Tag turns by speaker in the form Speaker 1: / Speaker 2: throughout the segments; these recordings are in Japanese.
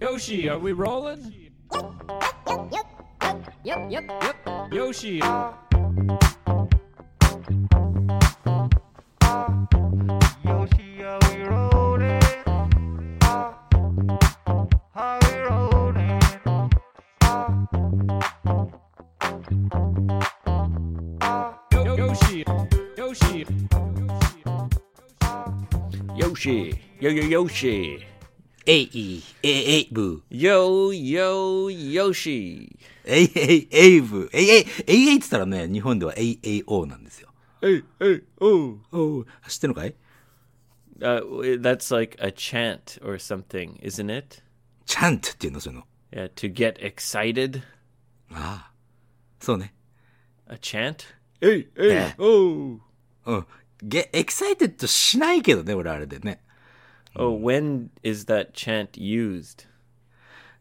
Speaker 1: Yoshi, are we rolling?
Speaker 2: Yep, yep, yep.
Speaker 1: Yoshi.
Speaker 3: Yoshi, are we rolling? Are we rolling?
Speaker 1: Yo- Yoshi. Yoshi.
Speaker 4: Yoshi. Yo yo Yoshi.
Speaker 5: えい、えい、えいぶ。
Speaker 4: Yo yo Yoshi.
Speaker 5: えい、えい、えいぶ。えい、えい、えい、えいって言ったらね、日本ではえい、えい、おうなんですよ。
Speaker 4: Hey hey oh.
Speaker 5: おう、知ってるのかい
Speaker 4: Uh, w- that's like a chant or something, isn't it?
Speaker 5: チャントっていうの、そういうの。
Speaker 4: Yeah, to get excited.
Speaker 5: ああ。そうね。
Speaker 4: A chant.
Speaker 5: ね
Speaker 4: oh.
Speaker 5: うん。げ、エキサイテッドしないけどね、俺あれでね。
Speaker 4: Oh, when is that chant used?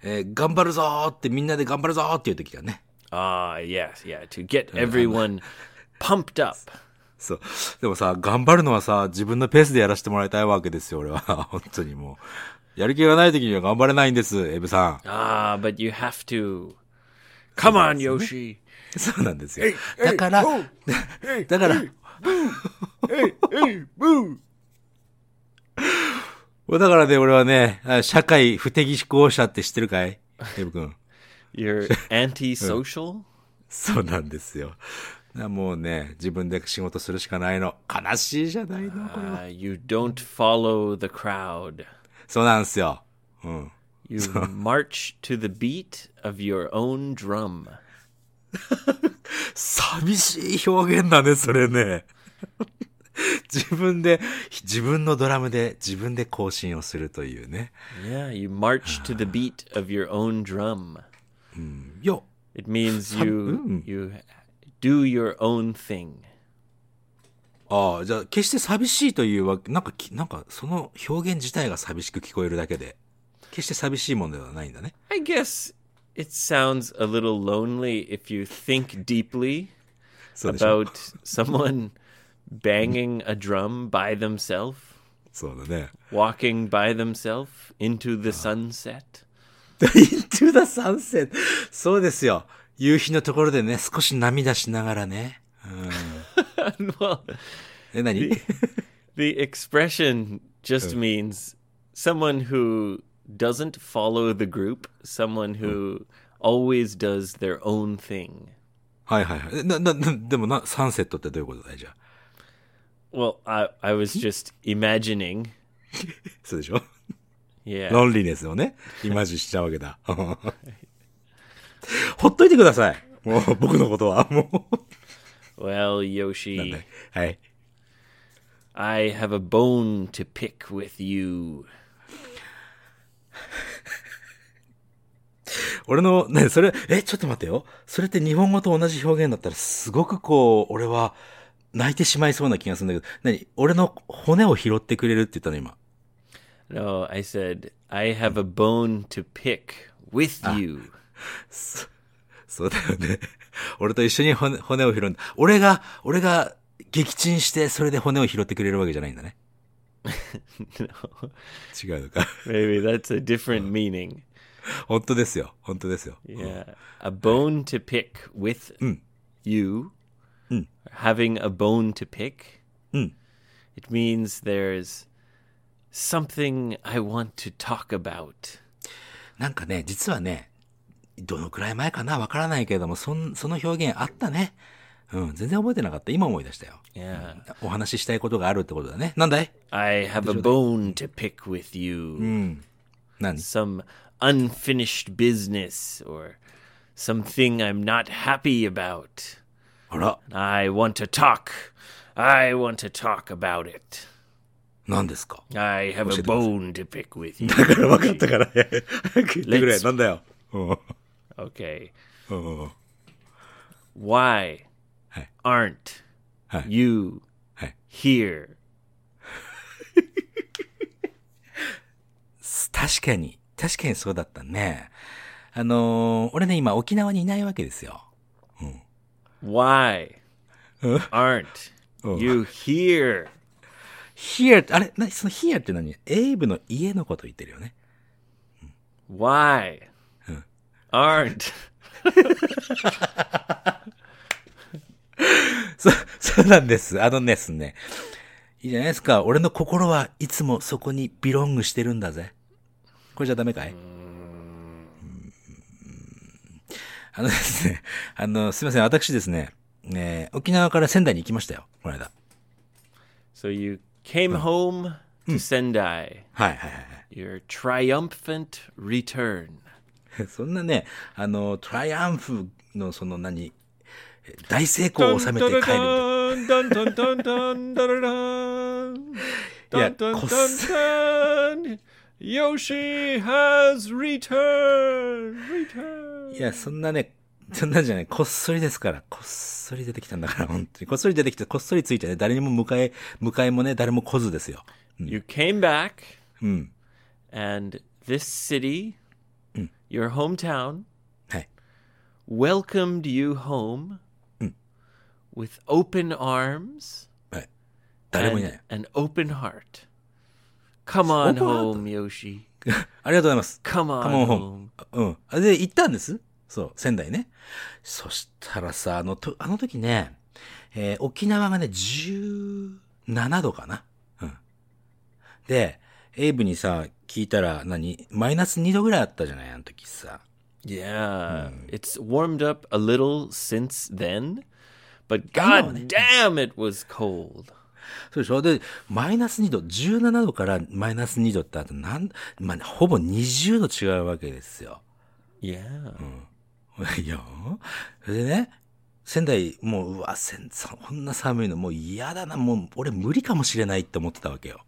Speaker 5: えー頑張るぞーって、みんなで頑張るぞーっていう時がね。
Speaker 4: Ah, yes, yeah, to
Speaker 1: Uh,
Speaker 4: get everyone pumped up.
Speaker 5: そう。でもさ、頑張るのはさ、自分のペースでやらせてもらいたいわけですよ、俺は。 本当にもう。やる気がない時には頑張れないんです、エブさん。
Speaker 4: Ah, but you have to. Come on, Yoshi.
Speaker 5: そうなんですよ。だから、 だから、もうだからね、俺はね、あ社会不適志向者って知ってるかいエブ君。
Speaker 4: You're antisocial?
Speaker 5: そうなんですよ。なもうね、自分で仕事するしかないの。悲しいじゃないの、これは。
Speaker 4: Uh, you don't follow the crowd.
Speaker 5: そうなんですよ。うん。
Speaker 4: You march to the beat of your own drum.
Speaker 5: 寂しい表現だね、それね。 自分で、自分のドラムで自分で更新をするというね。
Speaker 4: Yeah, you march to the beat of your own drum.
Speaker 5: よ
Speaker 4: It means you you do your own thing.
Speaker 5: ああ、じゃあ、決して寂しいというわけ、なんかき、なんか、その表現自体が寂しく聞こえるだけで、決して寂しいものではないんだね。
Speaker 4: I guess it sounds a little lonely if you think deeply
Speaker 5: そうでしょ
Speaker 4: about someone banging a drum by themselves,
Speaker 5: そうだね。
Speaker 4: walking by themselves into the sunset.
Speaker 5: Into the sunset. そうですよ。夕日のところでね、少し涙しながらね。
Speaker 4: well,
Speaker 5: え、何
Speaker 4: the expression just means someone who doesn't follow the group, someone who always does their own thing.
Speaker 5: はいはいはい。えな、な、なでもな、サンセットってどういうことだいじゃあ。
Speaker 4: Well, I I was just imagining.
Speaker 5: そうでしょ
Speaker 4: Yeah.
Speaker 5: ロンリネスをね、イマジンしちゃうわけだ。 ほっといてください。もう、僕のことは。も
Speaker 4: Well,
Speaker 5: う。
Speaker 4: Yoshi,
Speaker 5: はい。
Speaker 4: I have a bone to pick with you.
Speaker 5: 俺の、ね、それ、え、ちょっと待ってよ。それって日本語と同じ表現だったら、すごくこう、俺は、泣いてしまいそうな気がするんだけど、何俺の骨を拾ってくれるって言ったの、今。
Speaker 4: No, I said I have a bone to pick with you.
Speaker 5: そう だよね。俺と一緒に骨骨を拾うんだ。俺が、俺が撃沈して、それで骨を拾ってくれるわけじゃないんだね。
Speaker 4: no,
Speaker 5: 違うのか。
Speaker 4: maybe that's a different meaning.
Speaker 5: 本当ですよ。本当ですよ。
Speaker 4: Yeah. Mm. A bone to pick with you. Mm. Having a bone to pick. It means there's something I want to talk about.
Speaker 5: なんかね、実はね、どのくらい前かなわからないけれども、そん、その表現あったね。うん、全然覚えてなかった。今思い出したよ。
Speaker 4: Yeah.
Speaker 5: お話ししたいことがあるってことだね。なんだい
Speaker 4: I have a bone to pick with you.
Speaker 5: 何
Speaker 4: Some unfinished business or something I'm not happy about.
Speaker 5: あら、
Speaker 4: I want to talk. I want to talk about it.
Speaker 5: 何ですか
Speaker 4: I have a bone to pick with you.
Speaker 5: だから分かったから、早く言ってくれ。
Speaker 4: Let's-
Speaker 5: なんだよ。うん。
Speaker 4: Okay.
Speaker 5: うん。
Speaker 4: Why
Speaker 5: Hey.
Speaker 4: aren't
Speaker 5: Hey.
Speaker 4: you
Speaker 5: Hey.
Speaker 4: here?
Speaker 5: 確かに、確かにそうだったね。あのー俺ね、今沖縄にいないわけですよ。
Speaker 4: Why aren't
Speaker 5: Oh.
Speaker 4: you here?
Speaker 5: here ってあれなその here って何エイブの家のこと言ってるよね。
Speaker 4: Why aren't
Speaker 5: そ、そうなんです。あのですね。いいじゃないですか。俺の心はいつもそこにビロングしてるんだぜ。これじゃダメかいあのですね。あの、すいません。私ですね。ね沖縄から仙台に行きましたよ。この間。
Speaker 4: So you came home to
Speaker 5: Hmm.
Speaker 4: Sendai.
Speaker 5: はいはいはい。
Speaker 4: Your triumphant return.
Speaker 5: そんなね、あの、トライアンフのその何、え大成功を収めて帰るみたいな。
Speaker 4: Dun, dun, dun, dun, dun, dun, dun.
Speaker 5: Yeah,
Speaker 4: Dun, dun,
Speaker 5: cos-
Speaker 4: dun, dun. Yoshi has returned. Returned.
Speaker 5: いや、そんなね、そんなんじゃない、こっそりですから、こっそり出てきたんだから、本当に。こっそり出てきて、こっそりついてね、誰にも迎え、迎えもね、誰も来ずですよ。
Speaker 4: You came back,
Speaker 5: うん。
Speaker 4: and this city,
Speaker 5: Hmm.
Speaker 4: your hometown,
Speaker 5: はい。
Speaker 4: welcomed you home
Speaker 5: Hmm.
Speaker 4: with open arms
Speaker 5: はい。誰もいない
Speaker 4: and。an open heart. Come on
Speaker 5: Open heart?
Speaker 4: home, Yoshi.
Speaker 5: ありがとうございます。
Speaker 4: Come on,
Speaker 5: Come on home.
Speaker 4: home.
Speaker 5: うん。あで、行ったんです。そう、仙台ね。そしたらさ、あの、とあの時ね、えー沖縄がね、17度かな。うん。で、エイブにさ、聞いたら何、マイナス2度ぐらいあったじゃない、あの時さ。
Speaker 4: Yeah,
Speaker 5: Hmm.
Speaker 4: it's warmed up a little since then, but
Speaker 5: I know,
Speaker 4: god
Speaker 5: man.
Speaker 4: damn, it was cold.
Speaker 5: そうでしょで、マイナス2度、17度からマイナス2度ってあと、なん、まあ、ほぼ20度違うわけですよ。
Speaker 4: Yeah,
Speaker 5: いやそれでね、仙台、もう、うわ、仙台、こんな寒いの、もう嫌だな、もう、俺無理かもしれないって思ってたわけよ。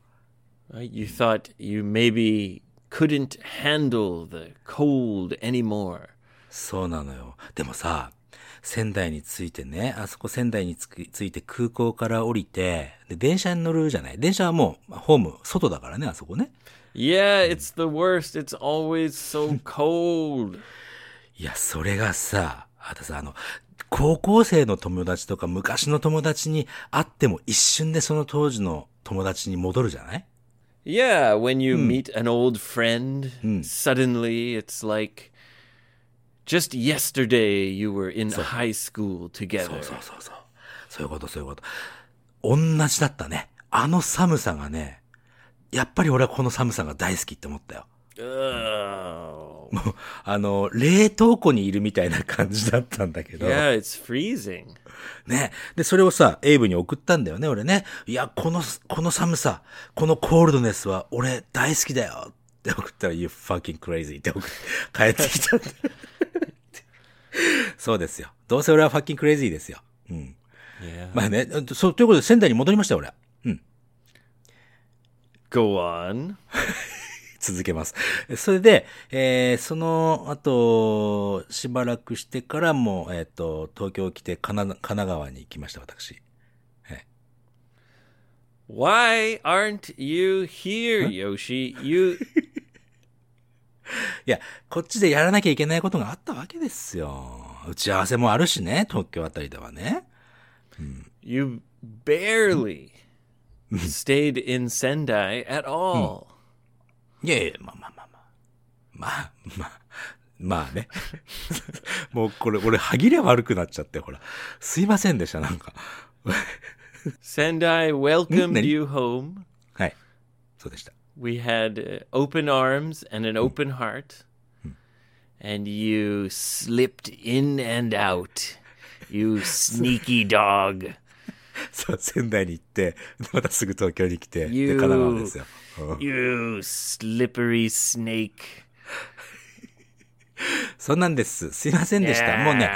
Speaker 4: Right, you thought you maybe couldn't handle the cold anymore.
Speaker 5: そうなのよ。でもさ、仙台に着いてね、あそこ仙台に着く着いて空港から降りて、で、電車に乗るじゃない。電車はもう、ホーム、外だからね、あそこね。
Speaker 4: Yeah, it's the worst. It's always so cold.
Speaker 5: いや、それがさ、あとさ、あの、高校生の友達とか昔の友達に会っても一瞬でその当時の友達に戻るじゃない
Speaker 4: Yeah, when you meet an old friend, suddenly it's like just yesterday you were in high school together.
Speaker 5: そうそうそうそう。そういうこと、そういうこと。同じだったね。あの寒さがね、やっぱり俺はこの寒さが大好きって思ったよ。
Speaker 4: Oh.
Speaker 5: あの、冷凍庫にいるみたいな感じだったんだけど。
Speaker 4: Yeah, it's freezing.
Speaker 5: ね。で、それをさ、エイブに送ったんだよね、俺ね。いや、この、この寒さ、このコールドネスは俺大好きだよって送ったら、You fucking crazy って送って帰ってきたんだ。 そうですよ。どうせ俺は fucking crazy ですよ。うん。
Speaker 4: Yeah.
Speaker 5: まあね、そう、ということで仙台に戻りましたよ、俺。
Speaker 4: Go on.
Speaker 5: 続けます。それで、えーその後、しばらくしてからも、えっ、と、東京来て神奈、神奈川に行きました、私。
Speaker 4: Why aren't you here, Yoshi? You
Speaker 5: いや、こっちでやらなきゃいけないことがあったわけですよ。打ち合わせもあるしね、東京あたりではね。
Speaker 4: you barely stayed in Sendai at all.
Speaker 5: いやいや、まあまあまあまあ。まあ、まあ、まあね。 もうこれ、俺、歯切れ悪くなっちゃって、ほら。すいませんでした、なんか。
Speaker 4: Sendai welcomed
Speaker 5: Nani?
Speaker 4: you home.
Speaker 5: はい。そうでした。
Speaker 4: We had uh, open arms and an open heart. And you slipped in and out. You sneaky dog.
Speaker 5: そう、仙台に行って、またすぐ東京に来て、で、
Speaker 4: You-
Speaker 5: 神奈川ですよ。うん
Speaker 4: You slippery snake.
Speaker 5: そんなんです。すいませんでした。
Speaker 4: Yeah.
Speaker 5: もうね。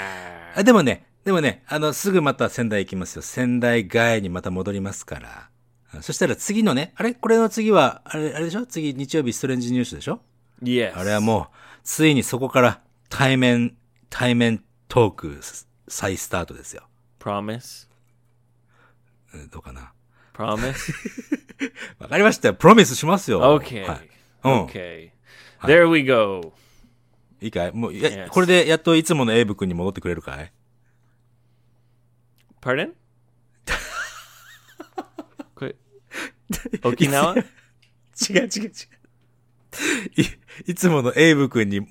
Speaker 4: Ah.
Speaker 5: あでもね、でもね、あの、すぐまた仙台行きますよ。仙台外にまた戻りますから。あそしたら次のね、あれこれの次は、あれ、あれでしょ次日曜日ストレンジニュースでしょ
Speaker 4: Yes.
Speaker 5: あれはもう、ついにそこから対面、対面トーク再スタートですよ。
Speaker 4: Promise.
Speaker 5: うんどうかな。
Speaker 4: Promise.
Speaker 5: わかりましたよ。プロミスしますよ。
Speaker 4: Okay.
Speaker 5: はい、うん。
Speaker 4: Okay. There we go.
Speaker 5: いいかいもう、いや
Speaker 4: Yes.
Speaker 5: これでやっといつものエイブ君に戻ってくれるかい
Speaker 4: Pardon? Quit. Okinawa?
Speaker 5: 違う違う違う。い、いつものエイブ君に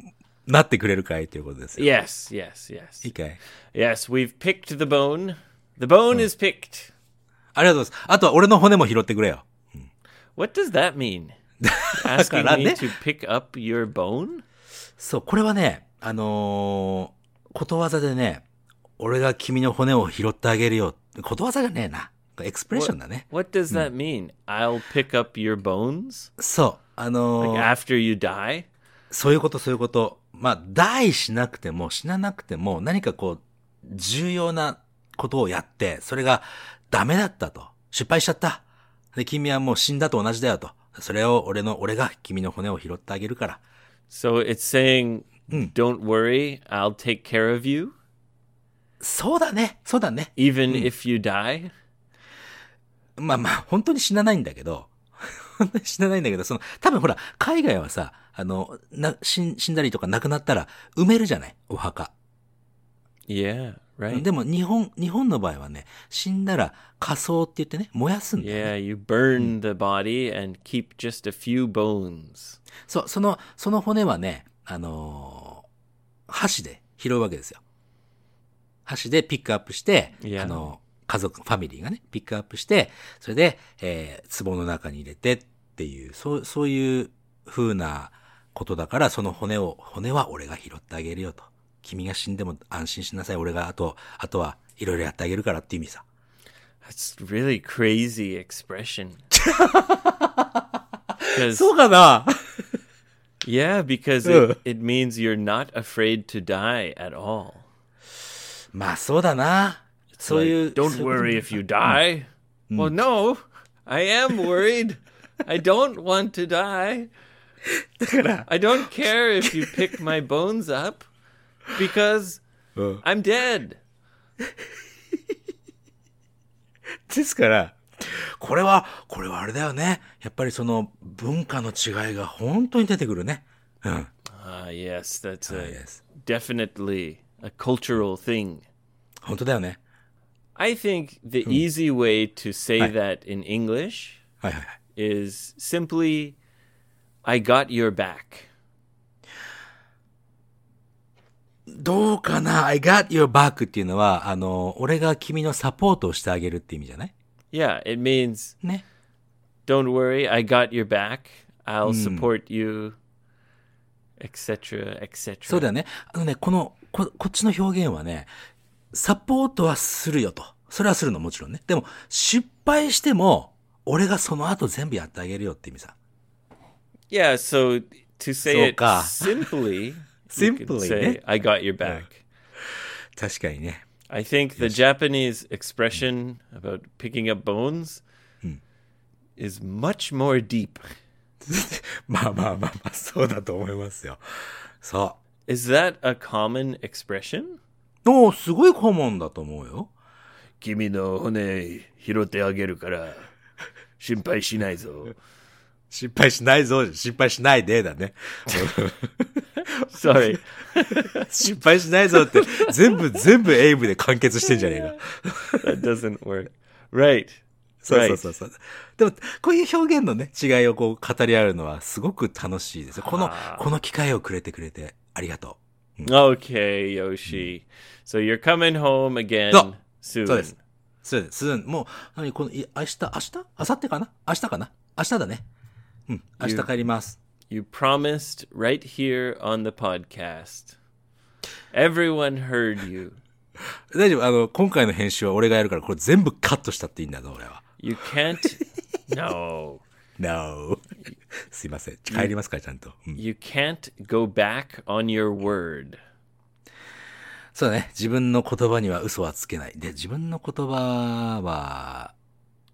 Speaker 5: なってくれるかいということですよ。
Speaker 4: Yes, yes, yes.
Speaker 5: いいかい
Speaker 4: Yes, we've picked the bone. The bone is picked.
Speaker 5: ありがとうございます。あとは俺の骨も拾ってくれよ。
Speaker 4: What does that mean? Asking
Speaker 5: から
Speaker 4: me
Speaker 5: ね
Speaker 4: to pick up your bone?
Speaker 5: そう、これはね、あのーことわざでね、俺が君の骨を拾ってあげるよ。ことわざがねえな。エクスプレッションだね。
Speaker 4: What does that mean? I'll pick up your bones
Speaker 5: そう。あのー
Speaker 4: after you die?
Speaker 5: そういうこと、そういうこと。まあ、die しなくても、死ななくても、何かこう、重要なことをやって、それがダメだったと。失敗しちゃった。で、君はもう死んだと同じだよと。それを俺の、俺が君の骨を拾ってあげるから。
Speaker 4: So it's saying, don't worry, I'll take care of you,
Speaker 5: そうだね。そうだね。
Speaker 4: even if you die.
Speaker 5: まあまあ、本当に死なないんだけど、 本当に死なないんだけど、その、多分ほら、海外はさ、あの、な、死ん死んだりとか亡くなったら埋めるじゃないお墓。
Speaker 4: Yeah, right?
Speaker 5: でも日本、日本の場合はね、死んだら火葬って言ってね、燃やすんだよ。
Speaker 4: Yeah, you burn the body and keep just a few bones.
Speaker 5: そう、その、その骨はね、あのー箸で拾うわけですよ。箸でピックアップして、
Speaker 4: いや
Speaker 5: あのー家族、ファミリーがね、ピックアップして、それで、えー、壺の中に入れてっていう、そう、そういう風なことだから、その骨を、骨は俺が拾ってあげるよと。君が死んでも安心しなさい。俺があと、あとはいろいろやってあげるからっていう意味さ。
Speaker 4: That's really crazy expression. 'Cause-
Speaker 5: うかな
Speaker 4: yeah, because it, it means you're not afraid to die at all.
Speaker 5: まあそうだな。そうい
Speaker 4: Like, "Hmm."
Speaker 5: う。
Speaker 4: don't
Speaker 5: そういうこと
Speaker 4: worry if you die. Well, no, I am worried. I don't want to die.
Speaker 5: だから。
Speaker 4: I don't care if you pick my bones up because I'm dead.
Speaker 5: ですから、これは、これはあれだよね。やっぱりその文化の違いが本当に出てくるね。うん。
Speaker 4: Ah, yes, that's a,
Speaker 5: yes.
Speaker 4: definitely a cultural thing.
Speaker 5: 本当だよね。
Speaker 4: I think the easy way to say
Speaker 5: Hi.
Speaker 4: that in English
Speaker 5: はいはいはい。
Speaker 4: is simply, I got your back.
Speaker 5: どうかな ?I got your back っていうのは、あの、俺が君のサポートをしてあげるって意味じゃない
Speaker 4: Yeah, it means
Speaker 5: ね。
Speaker 4: don't worry, I got your back. I'll support you, etc., etc.
Speaker 5: そうだよね。あのね、この、こ、こっちの表現はね、サポートはするよと。それはするのもちろんね。でも、失敗しても、俺がその後全部やってあげるよって意味さ。
Speaker 4: Yeah, so to say it
Speaker 5: そうか。
Speaker 4: simply, you can
Speaker 5: Simply
Speaker 4: say
Speaker 5: ね。
Speaker 4: I got your back.
Speaker 5: 確かにね。
Speaker 4: I think the Japanese expression about picking up bones is much more deep.
Speaker 5: まあまあまあまあ、そうだと思いますよ。そ
Speaker 4: Is that a common expression?
Speaker 5: う。おお、すごい顧問だと思うよ。失敗しないぞ、失敗しないでだね。
Speaker 4: Sorry.
Speaker 5: 失敗しないぞって、全部、全部エイブで完結してんじゃねえか。
Speaker 4: that doesn't work. Right.
Speaker 5: そうそうそうそう。でも、こういう表現のね、違いをこう語り合うのはすごく楽しいですよ。この、この機会をくれてくれてありがと
Speaker 4: Okay, Yoshi. So you're coming home again
Speaker 5: そう。う。
Speaker 4: soon.
Speaker 5: そうです。そうです。すんもう、何この、い明日、明日明後日かな明日かな明日だね。うん。明日帰ります。
Speaker 4: You promised right here on the podcast. Everyone heard you.
Speaker 5: 大丈夫。あの、今回の編集は俺がやるから、これ全部カットしたっていいんだぞ、俺は。
Speaker 4: You can't. no.
Speaker 5: No. すいません。帰りますから、ちゃんと。うん、
Speaker 4: You can't go back on your word.
Speaker 5: そうだね。自分の言葉には嘘はつけない。で、自分の言葉は、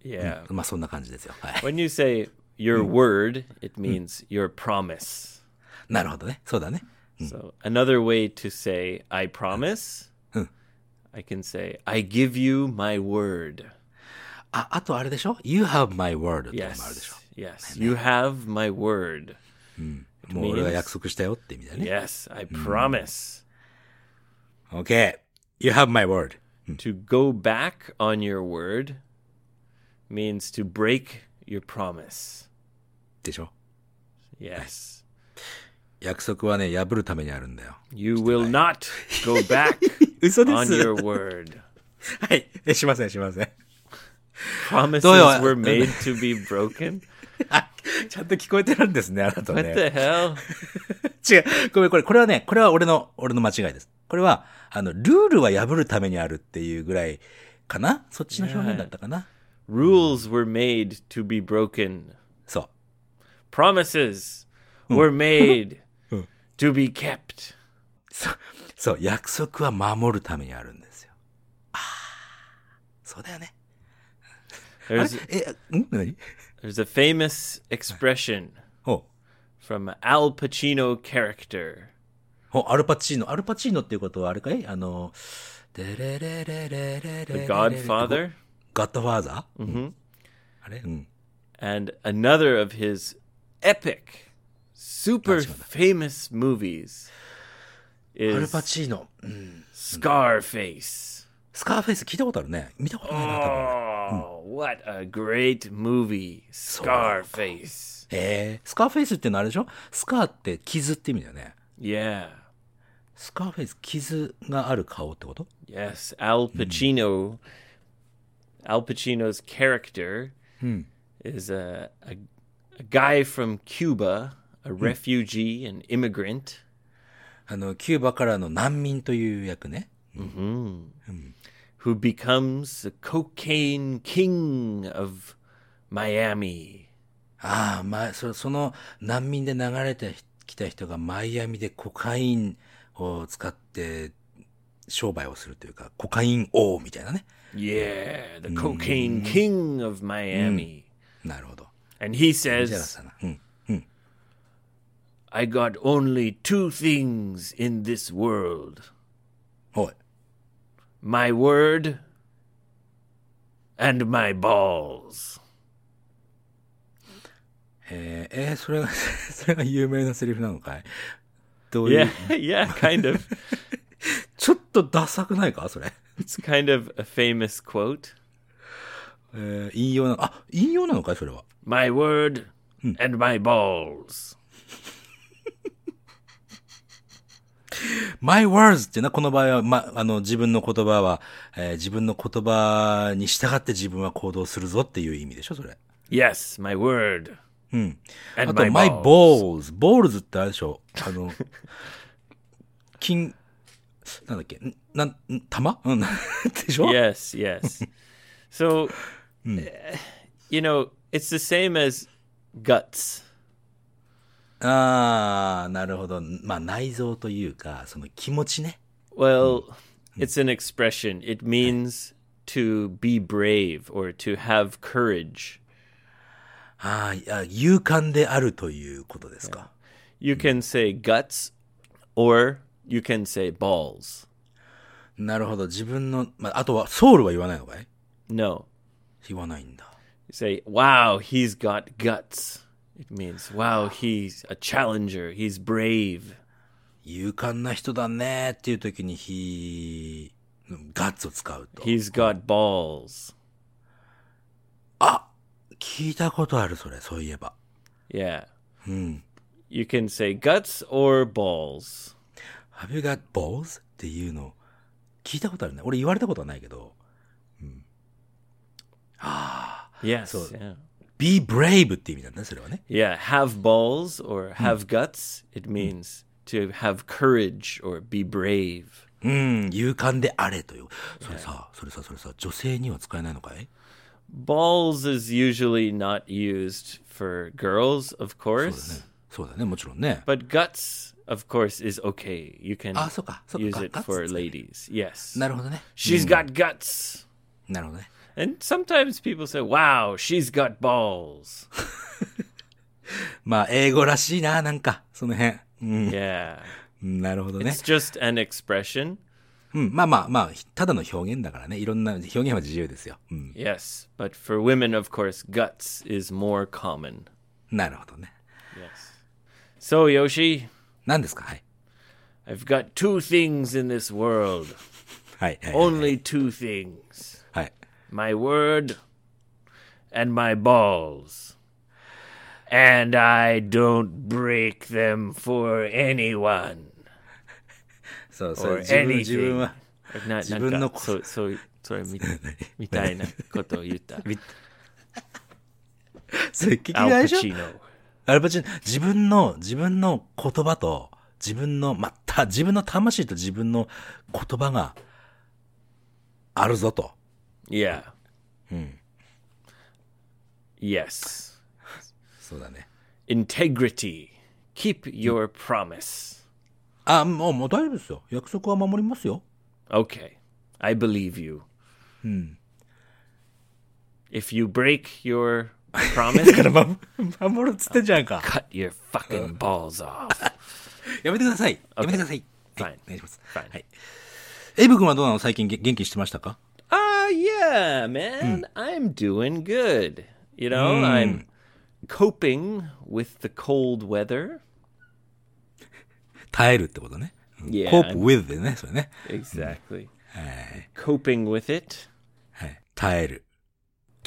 Speaker 4: Yeah.
Speaker 5: まあそんな感じですよ。はい。
Speaker 4: When you say your word, it means your promise.
Speaker 5: なるほどね。そうだね。
Speaker 4: So another way to say I promise,
Speaker 5: Mm.
Speaker 4: I can say I give you my word.
Speaker 5: あ、あとあれでしょ ?You have my word ってのもあるでしょ
Speaker 4: Yes. Yes. You have my word.
Speaker 5: もう俺が約束したよって意味だね。
Speaker 4: Yes, I promise
Speaker 5: OK。You have my word.
Speaker 4: to go back on your word means to break your promise.
Speaker 5: でしょ
Speaker 4: Yes.
Speaker 5: 約束はね、破るためにあるんだよ。
Speaker 4: You will not go back
Speaker 5: 嘘
Speaker 4: on your word.
Speaker 5: はい。えしません、しません。
Speaker 4: Promises
Speaker 5: Doyle,
Speaker 4: were
Speaker 5: uh,
Speaker 4: made to be broken.
Speaker 5: あちゃんと聞こえてるんですね、あなた
Speaker 4: What the
Speaker 5: ね。
Speaker 4: hell?
Speaker 5: 違う。ごめん、これ、これはね、これは俺の、俺の間違いです。これは、あの、ルールは破るためにあるっていうぐらいかなそっちの表現だったかな、
Speaker 4: Rules were made to be broken.
Speaker 5: そう。
Speaker 4: Promises were made to be kept.
Speaker 5: そう、そう、約束は守るためにあるんですよ。ああ、そうだよね。あれ
Speaker 4: There's
Speaker 5: え、ん何
Speaker 4: there's a famous expression
Speaker 5: ほ
Speaker 4: from Al Pacino character.
Speaker 5: う、ほう、アルパチーノ。アルパチーノっていうことはあれかいあの、でれれれれれれ
Speaker 4: The
Speaker 5: れ。
Speaker 4: Godfather.
Speaker 5: ガッドファーザーうん。あれうん。
Speaker 4: and another of his epic, super famous movies
Speaker 5: アル
Speaker 4: is
Speaker 5: パチーノ。うん
Speaker 4: Scarface.
Speaker 5: スカーフェイス聞いたことあるね。見たことないな、多分。
Speaker 4: Oh, what a great movie, Scarface.
Speaker 5: えー、スカーフェイスってのあれでしょスカーって傷って意味だよね。
Speaker 4: Yeah.
Speaker 5: スカーフェイス、傷がある顔ってこと
Speaker 4: Yes, Al Pacino. Al Pacino's character is a, a a guy from Cuba, a refugee, an immigrant.
Speaker 5: あの、キューバからの難民という役ね。
Speaker 4: mm-hmm, who becomes the cocaine king of Miami.
Speaker 5: ああ、まあ、そその難民で流れてきた人がマイアミでコカインを使って商売をするというか、コカイン王みたいなね。
Speaker 4: Yeah, the cocaine king of Miami.
Speaker 5: なるほど。
Speaker 4: And he
Speaker 5: じゃあさ
Speaker 4: says,
Speaker 5: な。うん。
Speaker 4: I got only two things in this world
Speaker 5: おい。
Speaker 4: my word and my balls.
Speaker 5: えー、えーそれが、 それが有名なセリフなのかいどういう、
Speaker 4: Yeah, yeah, kind of.
Speaker 5: ちょっとダサくないかそれ。
Speaker 4: It's kind of a famous quote
Speaker 5: えー、引用なの、あ、引用なのかいそれは。
Speaker 4: my word and my balls.
Speaker 5: my words ってな、この場合は、ま、あの、自分の言葉は、えー自分の言葉に従って自分は行動するぞっていう意味でしょそれ。
Speaker 4: Yes, my word.
Speaker 5: うん。
Speaker 4: And
Speaker 5: あ
Speaker 4: my
Speaker 5: と、my
Speaker 4: balls.
Speaker 5: balls. balls ってあれでしょあ の、金、なんだっけんなん、ん玉うん。でしょ
Speaker 4: Yes, yes. so, eh, you know, it's the same as guts.
Speaker 5: ああ、なるほど。まあ、内臓というか、その気持ちね。
Speaker 4: Well, it's an expression. It means to be brave or to have courage.
Speaker 5: あーあ、勇敢であるということですか。
Speaker 4: You can say guts or you can say balls.
Speaker 5: なるほど。自分の、まあ、あとは、ソウルは言わないのかい
Speaker 4: No.
Speaker 5: 言わないんだ。
Speaker 4: You say, wow, he's got guts. It means, wow, he's a challenger. He's brave.
Speaker 5: 勇敢な人だねっていう時に、ひ、ガッツを使うと。
Speaker 4: He's got balls.
Speaker 5: あ聞いたことある、それ。そういえば。
Speaker 4: Yeah.
Speaker 5: うん。
Speaker 4: You can say guts or balls.
Speaker 5: Have you got balls? っていうの、聞いたことあるね。俺言われたことはないけど。
Speaker 4: Yes.
Speaker 5: So-
Speaker 4: yeah.
Speaker 5: be brave って意味なんだね、それはね。
Speaker 4: Yeah, have balls or have guts. It means to have courage or be brave.
Speaker 5: うん、勇敢であれという。それさ、それさ、それさ、女性には使えないのかい
Speaker 4: Balls is usually not used for girls, of
Speaker 5: そうだ
Speaker 4: course,
Speaker 5: ね。そうだね、もちろんね。
Speaker 4: but guts, of course, is okay. You can
Speaker 5: あ、そうか、そうか
Speaker 4: use
Speaker 5: ガッ
Speaker 4: it
Speaker 5: ツって
Speaker 4: for
Speaker 5: 言うんだね。
Speaker 4: ladies. Yes.
Speaker 5: なるほどね。
Speaker 4: She's got guts.
Speaker 5: なるほどね。
Speaker 4: And sometimes people say, wow, she's got balls.
Speaker 5: まあ、英語らしいな、なんか、その辺。うん、
Speaker 4: yeah.
Speaker 5: なるほどね
Speaker 4: It's。just an expression.
Speaker 5: うん、まあまあまあ、ただの表現だからね。いろんな表現は自由ですよ。うん、
Speaker 4: Yes. But for women, of course, guts is more common.
Speaker 5: なるほどね。
Speaker 4: Yes. So, Yoshi,
Speaker 5: 何ですかはい。
Speaker 4: I've got two things in this world.
Speaker 5: はい。はい。
Speaker 4: Only two things
Speaker 5: はい。
Speaker 4: my word and my balls. And I don't break them for anyone.
Speaker 5: そう、そう、
Speaker 4: Or
Speaker 5: 自分
Speaker 4: anything.
Speaker 5: 自分は。
Speaker 4: な
Speaker 5: 自分の
Speaker 4: なんか
Speaker 5: こ
Speaker 4: そうそうそれみみたいなことを言った。み
Speaker 5: それ聞き
Speaker 4: アル
Speaker 5: ない
Speaker 4: パ
Speaker 5: でし
Speaker 4: チ
Speaker 5: ょ
Speaker 4: ーノ。
Speaker 5: アルパチーノ自分の、自分の言葉と、自分の、また、自分の魂と自分の言葉があるぞと。
Speaker 4: Yeah.
Speaker 5: うん。
Speaker 4: Yes.
Speaker 5: そうだね。
Speaker 4: Integrity. Keep your promise.
Speaker 5: あ、もう、もう大丈夫ですよ。約束は守りますよ。
Speaker 4: Okay. I believe you. If you break your promise,
Speaker 5: だから、ま、守るっつってんじゃんか。
Speaker 4: cut your fucking balls off.
Speaker 5: やめてください。やめてください。
Speaker 4: Fine.
Speaker 5: お願いします。
Speaker 4: Fine.
Speaker 5: はい。エイブ君はどうなの最近げ元気してましたか
Speaker 4: Ah, yeah, man. I'm doing good. You know, I'm coping with the cold weather.
Speaker 5: 耐えるってことね。
Speaker 4: Yeah.
Speaker 5: cope with でね、それね。
Speaker 4: Exactly.
Speaker 5: はい。
Speaker 4: Coping with it.
Speaker 5: はい。耐える。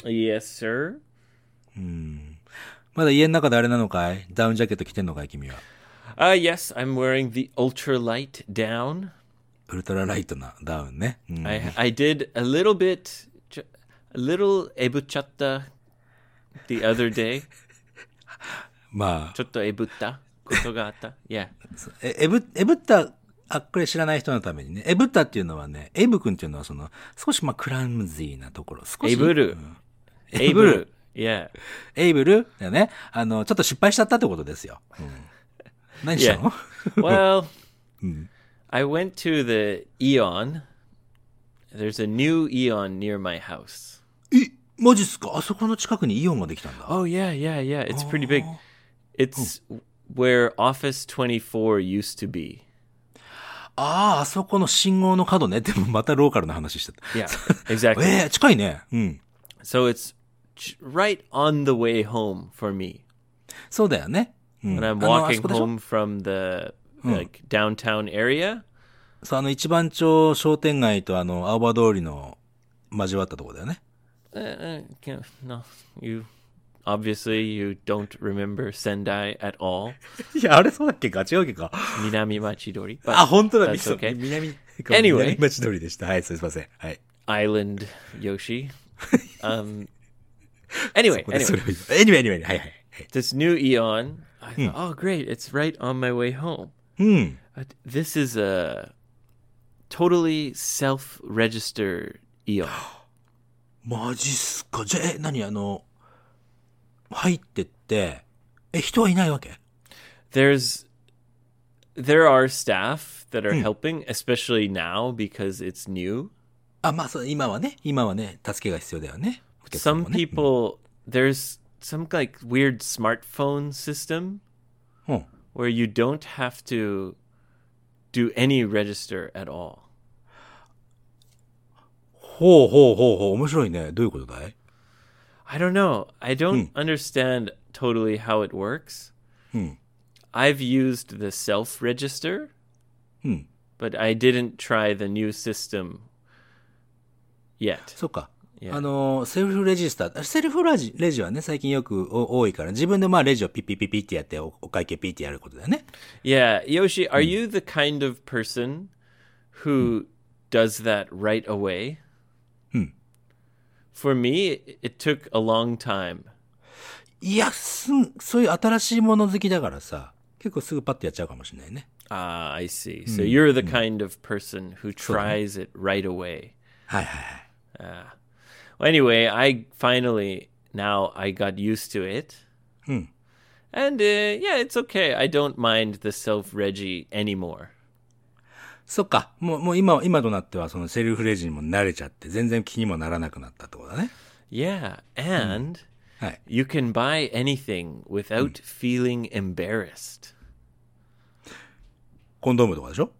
Speaker 4: Yes, sir.
Speaker 5: まだ家の中であれなのかいダウンジャケット着てんのかい君は。
Speaker 4: Uh, yes, I'm wearing the ultralight down.
Speaker 5: ウルトラライトなダウンね。うん
Speaker 4: I I did a little bit, ju- a little ebuchata the other day.
Speaker 5: まあ、
Speaker 4: Chotto ebutta kotogata. Yeah.
Speaker 5: えエブ、エブった、あこれ知らない人のためにね。エブったっていうのはね、エイブ君っていうのはその、少しまあクランジーなところ。少し。
Speaker 4: Eburu.
Speaker 5: エイブ
Speaker 4: Uh,
Speaker 5: ル
Speaker 4: Eburu.。Yeah.
Speaker 5: エイブルだよね。あの、ちょっと失敗しちゃったってことですよ。うん何したの
Speaker 4: Yeah. Well, Hmm. I went to the Eon. There's a new Eon near my house.
Speaker 5: え、マジっすかあそこの近くにイオンができたんだ。
Speaker 4: Oh yeah, yeah, yeah. It's pretty big. Oh. It's where Office 24 used to be.
Speaker 5: ああ、あそこの信号の角ね。で もまたローカルな話してた。
Speaker 4: Yeah, exactly.
Speaker 5: ええ近いね。うん。
Speaker 4: So it's j- right on the way home for me.
Speaker 5: そうだよね。うん。
Speaker 4: When I'm Hmm.
Speaker 5: あのあ
Speaker 4: walking
Speaker 5: そこでしょ
Speaker 4: home from the like downtown area.
Speaker 5: そう、あの、一番町商店街とあの、青葉通りの交わったとこだよね。
Speaker 4: Uh, uh, yeah, no, you obviously you don't remember Sendai at all,
Speaker 5: いや、あれそうだっけか違うけか。
Speaker 4: Minami Machidori.
Speaker 5: あ、本当だ、
Speaker 4: that's
Speaker 5: ミスト。
Speaker 4: okay.
Speaker 5: 南、
Speaker 4: Anyway
Speaker 5: 南町通りでした。はい、すいません。はい。
Speaker 4: Island Yoshi. Um. Anyway,
Speaker 5: ここでそれ
Speaker 4: anyway,
Speaker 5: を言う。エニュエニュエニュはいはい。
Speaker 4: this new Eon. I thought, oh great, it's right on my way home.
Speaker 5: うん。
Speaker 4: But this is a totally self-registered Eon.
Speaker 5: マジっすか。じゃあ、え、何あの、入ってって、え、人はいないわけ
Speaker 4: there's there are staff that are
Speaker 5: Hmm.
Speaker 4: helping, especially now because it's new.
Speaker 5: あ、まあ、そう、今はね、今はね、助けが必要だよね。お客様
Speaker 4: Some
Speaker 5: もね
Speaker 4: people there's some like weird smartphone system
Speaker 5: うん。
Speaker 4: where you don't have to do any register at all.
Speaker 5: ほうほうほうほう、面白いね。どういうことだい
Speaker 4: I don't know. I don't understand totally how it works.
Speaker 5: Hmm.
Speaker 4: I've used the self register,
Speaker 5: Hmm.
Speaker 4: but I didn't try the new system yet.
Speaker 5: そっか。
Speaker 4: Yeah.
Speaker 5: あのー、セルフレジスター。セルフラジレジはね、最近よくお多いから、自分でまあレジをピッピッピッピッってやって、おお会計ピッってやることだよね。
Speaker 4: Yeah, Yoshi, are you the kind of person who does that right away? Hmm. For me, it, it took a long time.
Speaker 5: いや、すん、そういう新しいもの好きだからさ、結構すぐパッとやっちゃうかもしれないね。
Speaker 4: Ah, I see. Hmm. So you're the kind of person who tries it right away.
Speaker 5: はいはいはい。
Speaker 4: Well, anyway, I finally now I got used to it. And uh, yeah, it's okay. I don't mind the self regi anymore.
Speaker 5: そっか。もう、もう今は、今となってはそのセルフレジにも慣れちゃって、全然気にもならなくなったってことだね。
Speaker 4: Yeah, and
Speaker 5: はい。
Speaker 4: you can buy anything without feeling embarrassed.
Speaker 5: コンドームとかでしょ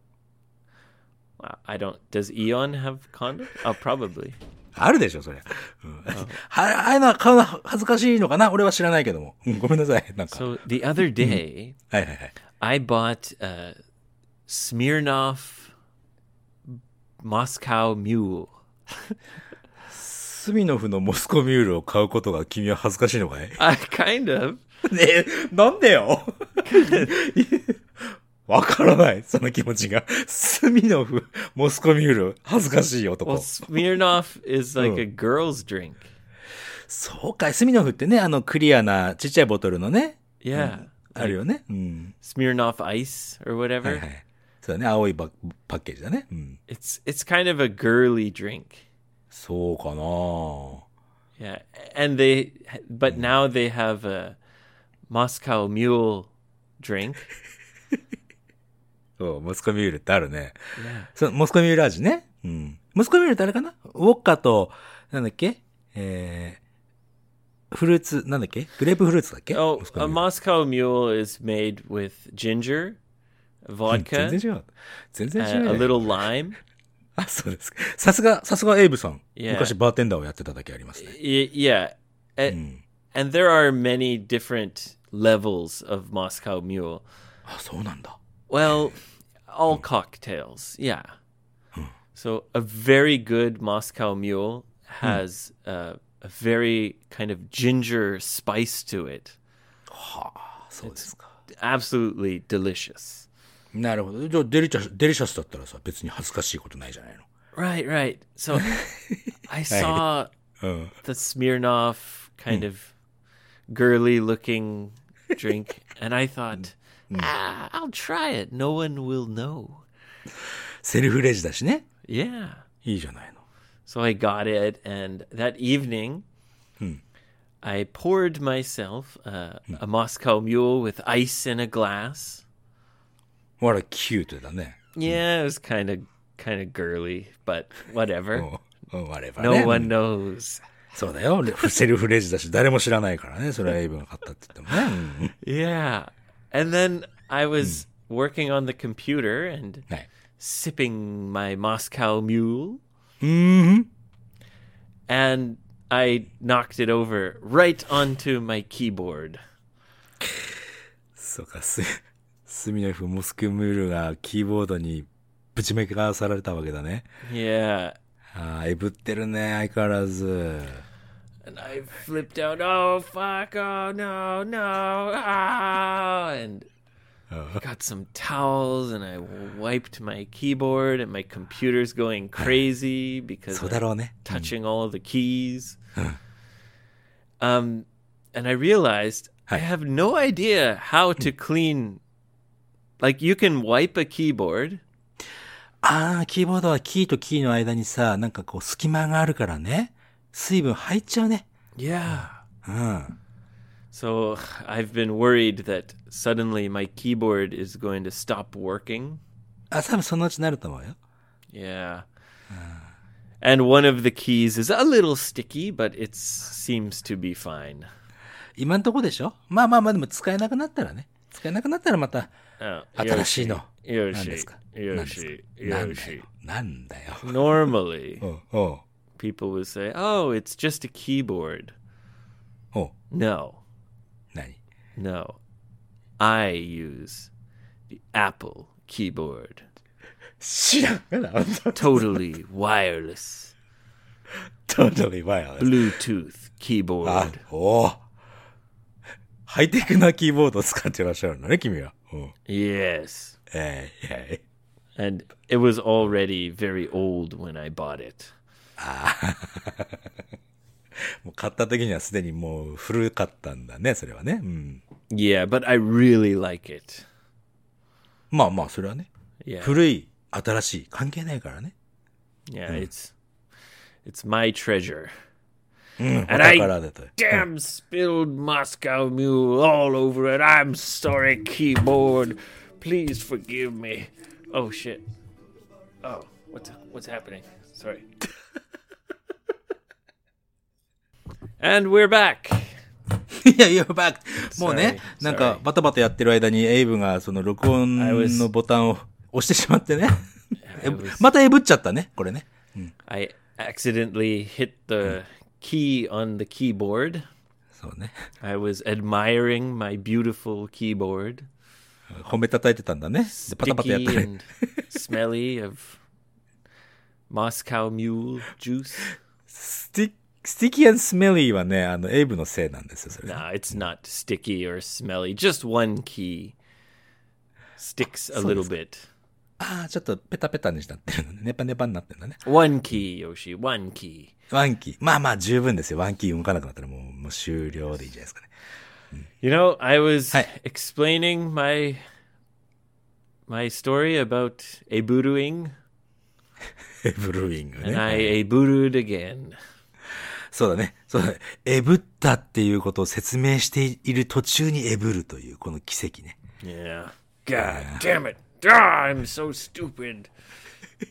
Speaker 4: Wow, I don't. Does Eon have condom? Oh, probably.
Speaker 5: あるでしょ、そりゃ。うん、あああいうのは買うのは恥ずかしいのかな俺は知らないけども。うんごめんなさい。なんか。
Speaker 4: So the other day,
Speaker 5: はいはいはい。
Speaker 4: I bought uh, Smirnoff Moscow Mule.
Speaker 5: スミノフのモスコミュールを買うことが君は恥ずかしいのかい
Speaker 4: I kind of.
Speaker 5: ね え、なんでよ わからない、その気持ちが。スミノフ、モスコミュール、恥ずかしい
Speaker 4: Well,
Speaker 5: 男。
Speaker 4: Smirnoff is like
Speaker 5: Oh.
Speaker 4: a girl's drink.
Speaker 5: そうかい、スミノフってね、あの、クリアなちっちゃいボトルのね、
Speaker 4: Yeah.
Speaker 5: あるよね。うん。
Speaker 4: Smirnoff Ice or
Speaker 5: はい
Speaker 4: whatever.
Speaker 5: はい。そうだね、青いバパッケージだね。うん。
Speaker 4: It's it's kind of a girly drink.
Speaker 5: そうかな
Speaker 4: Yeah. And they but now they have a Moscow Mule drink.
Speaker 5: そう、モスコミュールってあるね。
Speaker 4: Yeah.
Speaker 5: そう、モスコミュール味ね。うん。モスコミュールってあれかなウォッカと、なんだっけえー、フルーツ、なんだっけグレープフルーツだっけ
Speaker 4: Oh,
Speaker 5: モスコミュ
Speaker 4: a Moscow Mule
Speaker 5: ール
Speaker 4: is made with ginger,
Speaker 5: 全
Speaker 4: vodka,
Speaker 5: 然違う。全
Speaker 4: uh,
Speaker 5: 然違うね、
Speaker 4: a little lime.
Speaker 5: あ、そうですか。さすが、さすがエイブさん。
Speaker 4: Yeah.
Speaker 5: 昔バーテンダーをやってただけありますね。
Speaker 4: Y- yeah. A- And there are many different levels of Moscow Mule.
Speaker 5: あ、そうなんだ。
Speaker 4: Well, all cocktails, yeah. So a very good Moscow Mule has uh, a very kind of ginger spice to it.
Speaker 5: あ、そうですか。
Speaker 4: Absolutely delicious.
Speaker 5: なるほど。じゃあ、デリシャス、デリシャスだったらさ、別に恥ずかしいことないじゃないの。
Speaker 4: Right, right. So I saw the Smirnoff kind of girly looking drink, and I thought, ah, I'll try it. No one will know.
Speaker 5: セルフレジだしね。
Speaker 4: Yeah.
Speaker 5: いいじゃないの。
Speaker 4: So I got it, and that evening, I poured myself uh, a Moscow Mule with ice in a glass.
Speaker 5: ほら、キュートだね。
Speaker 4: Yeah, it was kind of kind of girly, but
Speaker 5: う
Speaker 4: whatever.
Speaker 5: ん。うん、我々
Speaker 4: No
Speaker 5: ね。
Speaker 4: one knows.
Speaker 5: そうだよ。セルフレジだし、誰も知らないからね。それはエイブが買ったって言 ってもね。うん
Speaker 4: Yeah, and then I was working on the computer and
Speaker 5: はい。
Speaker 4: sipping my Moscow Mule,
Speaker 5: うーん。
Speaker 4: and I knocked it over right onto my keyboard.
Speaker 5: そうか、す、スミノフ・モスクムールがキーボードにぶちめかされたわけだね。
Speaker 4: Yeah,
Speaker 5: ああ、えぶってるね、相変わらず。
Speaker 4: And I flipped out. Oh fuck! Oh no! No! Ah! And I got some towels, and I wiped my keyboard, and my computer's going crazy because
Speaker 5: そうだ
Speaker 4: I'm
Speaker 5: ろうね。
Speaker 4: touching all of the keys. um, and I realized I
Speaker 5: Hi.
Speaker 4: have no idea how to clean. Like you can wipe a keyboard.
Speaker 5: ああ、キーボードはキーとキーの間にさ、なんかこう隙間があるからね。水分入っちゃうね。
Speaker 4: Yeah.
Speaker 5: うん。
Speaker 4: So I've been worried that suddenly my keyboard is going to stop working.
Speaker 5: あ、多分そのうちなると思うよ。
Speaker 4: Yeah. And one of the keys is a little sticky, but it seems to be fine.
Speaker 5: 今んとこでしょまあまあまあ、でも使えなくなったらね。使えなくなったらまた
Speaker 4: Oh,
Speaker 5: 新しいの。何
Speaker 4: Yoshi.
Speaker 5: ですか
Speaker 4: Yoshi.
Speaker 5: なんですか
Speaker 4: Yoshi.
Speaker 5: なんだよ。なんだよ。
Speaker 4: Normally,
Speaker 5: おうおう
Speaker 4: people would say, oh, it's just a keyboard.
Speaker 5: おう
Speaker 4: No,
Speaker 5: 何
Speaker 4: no. I use the Apple keyboard.
Speaker 5: 知らんがな。
Speaker 4: Totally wireless
Speaker 5: トトリバイオ
Speaker 4: Bluetooth
Speaker 5: あ
Speaker 4: keyboard.、
Speaker 5: おお。ハイテクなキーボードを使ってらっしゃるのね、君は。うん。
Speaker 4: Yes.
Speaker 5: えいえい。
Speaker 4: And it was already very old when I bought it.
Speaker 5: もう買った時にはすでにもう古かったんだね、それはね。うん。
Speaker 4: Yeah, but I really like it.
Speaker 5: まあまあ、それはね。
Speaker 4: Yeah,
Speaker 5: 古い、新しい、関係ないからね。
Speaker 4: yeah, it's it's my treasure.
Speaker 5: うん。お
Speaker 4: And I-
Speaker 5: 宝だと。
Speaker 4: Damn, spilled Moscow Mule all over it. I'm sorry, keyboard. Please forgive me. Oh shit. Oh, what's what's happening? Sorry. and we're back.
Speaker 5: いやいや、バック。もうね、
Speaker 4: Sorry,
Speaker 5: なんか
Speaker 4: sorry.
Speaker 5: バタバタやってる間にエイブがその録音
Speaker 4: I was-
Speaker 5: のボタンを押してしまってね。
Speaker 4: I, was-
Speaker 5: またエブっちゃったね、これね。
Speaker 4: I accidentally hit the key on the keyboard.
Speaker 5: そうね。
Speaker 4: I was admiring my beautiful keyboard.
Speaker 5: 褒め叩いてたんだね。でパタパタやっ
Speaker 4: sticky
Speaker 5: たね。
Speaker 4: and smelly of Moscow Mule juice.
Speaker 5: スティッ sticky and smelly はね、あの、エイブのせいなんですよ、それ。
Speaker 4: Nah, it's not sticky or smelly. Just one key sticks a
Speaker 5: so
Speaker 4: little
Speaker 5: it's-
Speaker 4: bit.
Speaker 5: ああ、ちょっとペタペタになってるのね。ネパネパになってるんだね。
Speaker 4: One key, Yoshi. One key.
Speaker 5: ワンキー。まあまあ十分ですよ。ワンキー動かなくなったらもうもう終了でいいじゃないですかね。
Speaker 4: You know, I was
Speaker 5: Hi.
Speaker 4: explaining my my story about a buruing,
Speaker 5: エブルーイング
Speaker 4: and
Speaker 5: ね。
Speaker 4: I a burued again.
Speaker 5: そうだね。そうだね。エブったっていうことを説明している途中にエブるというこの奇跡ね。
Speaker 4: Yeah. God damn it. Ah, I'm so stupid.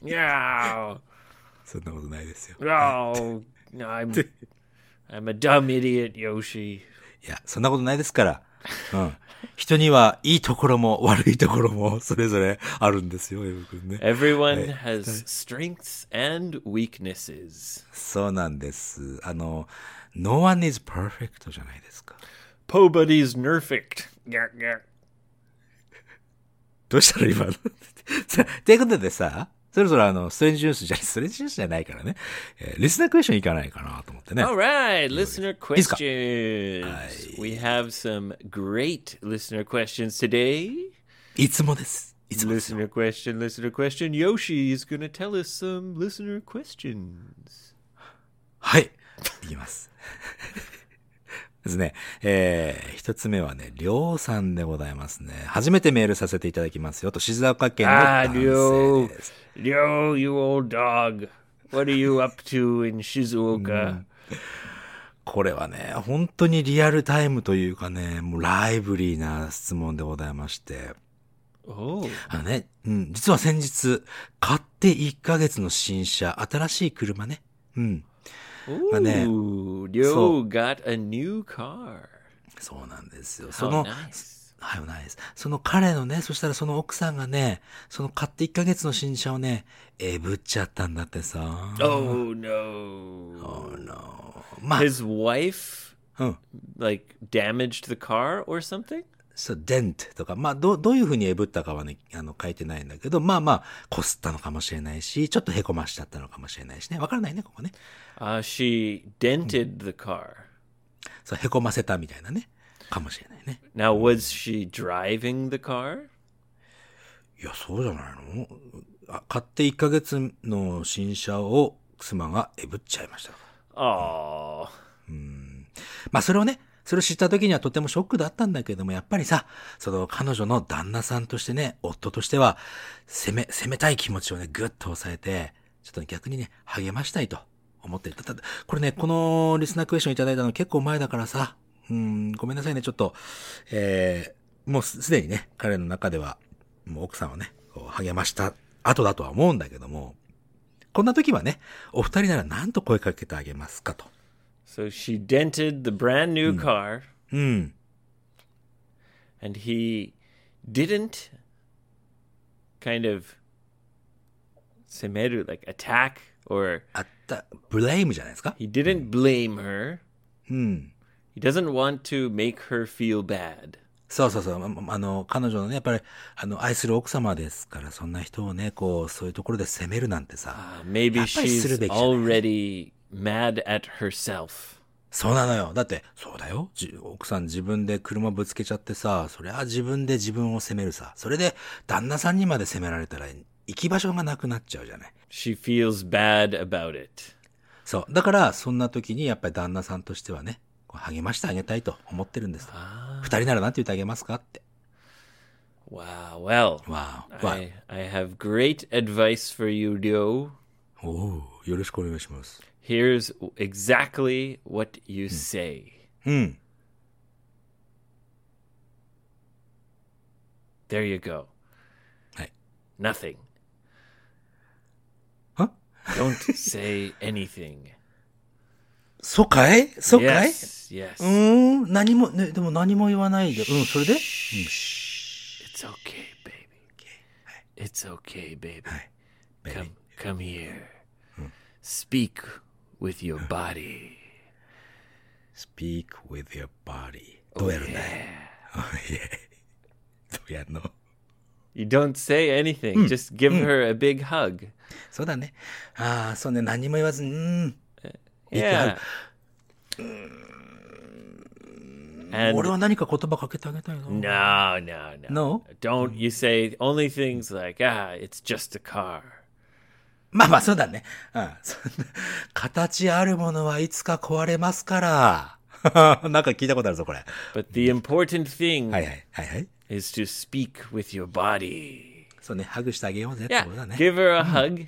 Speaker 4: Yeah.
Speaker 5: そんなことないですよ。
Speaker 4: Oh, I'm I'm a dumb idiot, Yoshi.
Speaker 5: いや、そんなことないですから。うん。人にはいいところも悪いところも それぞれあるんですよ、エブ君ね。
Speaker 4: Everyone has strengths and weaknesses.
Speaker 5: そうなんです。あの、no one is perfect じゃないですか。
Speaker 4: Pobody's nerfect. Yeah, yeah.
Speaker 5: どうしたの 今の。さということでさ、そろそろあの、ストレンジニュースじゃ、ストレンジニュースじゃないからね、えーリスナークエスチョンいかないかなと思ってね。
Speaker 4: All right, listener
Speaker 5: He's got-
Speaker 4: questions. We have some great listener questions today.
Speaker 5: いつもです。いつもです。
Speaker 4: Listener question, listener question. Yoshi is going to tell us some listener questions.
Speaker 5: はい。いきます。ですね。えー、一つ目はね、りょうさんでございますね。初めてメールさせていただきますよと、静岡県の
Speaker 4: あー
Speaker 5: 男
Speaker 4: りょう
Speaker 5: 性です。
Speaker 4: Yo, Ah, you old dog. What are you up to in Shizuoka?
Speaker 5: これはね、本当にリアルタイムというかね、もうライブリーな質問でございまして。
Speaker 4: Oh,
Speaker 5: あのね、うん、実は先日、買って1ヶ月の新車、新しい車ね。うん。ね
Speaker 4: ooh, Yo
Speaker 5: So-
Speaker 4: got a new car.
Speaker 5: そうなんですよ。そ
Speaker 4: How
Speaker 5: の、
Speaker 4: nice.
Speaker 5: はい、ないです。その彼のね、そしたらその奥さんがね、その買って1ヶ月の新車をね、えぶっちゃったんだってさ。
Speaker 4: Oh
Speaker 5: Oh.
Speaker 4: no.
Speaker 5: まあ、
Speaker 4: His wife
Speaker 5: うん。
Speaker 4: like damaged the car or something?
Speaker 5: そう、デントとか、まあ、どう、どういうふうにえぶったかはね、あの、書いてないんだけど、まあまあ、こすったのかもしれないし、ちょっとへこましちゃったのかもしれないしね。わからないね、ここね。
Speaker 4: Uh, she dented the car.
Speaker 5: そう、へこませたみたいなね。かもしれないね。
Speaker 4: Now, was she driving the car?
Speaker 5: いや、そうじゃないのあ買って1ヶ月の新車を妻がえぶっちゃいました。
Speaker 4: Oh,
Speaker 5: まあそれをね、それを知った時にはとてもショックだったんだけども、やっぱりさ、その彼女の旦那さんとしてね、夫としては、攻め、攻めたい気持ちをね、ぐっと抑えて、ちょっと逆にね、励ましたいと思っていた。ただこれね、このリスナークエスチョンいただいたの結構前だからさ、うん、ごめんなさいね、ちょっと、えー、もうすすでにね、彼の中では、もう奥さんをね、こう励ました後だとは思うんだけども、こんな時はね、お二人なら何と声かけてあげますかと。
Speaker 4: so she dented the brand new
Speaker 5: Hmm.
Speaker 4: car,
Speaker 5: うん。
Speaker 4: and he didn't kind of semeru like attack or
Speaker 5: あった、ブレイムじゃないですか
Speaker 4: he didn't blame her.
Speaker 5: うん。
Speaker 4: He doesn't want to make her feel bad.
Speaker 5: そうそうそう。ままあの、彼女のね、やっぱり、あの、愛する奥様ですから、そんな人をね、こう、そういうところで責めるなんてさ。
Speaker 4: Uh, maybe
Speaker 5: やっぱりする
Speaker 4: she's
Speaker 5: べきじゃない。
Speaker 4: already mad at herself.
Speaker 5: そうなのよ。だって、そうだよ。じ奥さん自分で車ぶつけちゃってさ、そりゃ自分で自分を責めるさ。それで、旦那さんにまで責められたら、行き場所がなくなっちゃうじゃない。
Speaker 4: She feels bad about it.
Speaker 5: そう。だから、そんな時に、やっぱり旦那さんとしてはね、こう励ましてあげたいと思ってるんです。二人ならなんて言ってあげますかって。
Speaker 4: Wow. Well,
Speaker 5: わあ、わ
Speaker 4: I, I have great advice for you, Ryo.
Speaker 5: あ、おうよろしくお願いします。
Speaker 4: Here's exactly what
Speaker 5: Hmm.
Speaker 4: you say.
Speaker 5: うん。
Speaker 4: There you go.
Speaker 5: Hey.
Speaker 4: Nothing.
Speaker 5: Huh?
Speaker 4: Don't say anything.
Speaker 5: そうかいそうかい、
Speaker 4: yes. Yes.
Speaker 5: うーん、何も、ね、でも何も言わないで。うん、それで
Speaker 4: It's okay, baby. It's okay, baby.
Speaker 5: baby. Hmm.
Speaker 4: Come, come here. Speak with your body.
Speaker 5: ?speak with your body. どうやるん だい Oh, yeah. どうやるの
Speaker 4: You don't say anything.
Speaker 5: Hmm.
Speaker 4: Just give her a big hug.
Speaker 5: そうだね。ああ、そうね、何も言わずに、うん、
Speaker 4: Yeah. And
Speaker 5: 俺は何か言葉かけてあげたいな。
Speaker 4: no, no, no.
Speaker 5: No?
Speaker 4: Don't you say only things like, ah, it's just a car.
Speaker 5: まあまあ、そうだね。うん。 そんな形あるものはいつか壊れますから。 なんか聞いたことあるぞ、これ。
Speaker 4: But the
Speaker 5: Hmm.
Speaker 4: important thing
Speaker 5: はいはい。はいはい。
Speaker 4: is to speak with your body.
Speaker 5: そうね、ハグしてあげようぜって
Speaker 4: Yeah.
Speaker 5: ことだね。
Speaker 4: Give her a hug.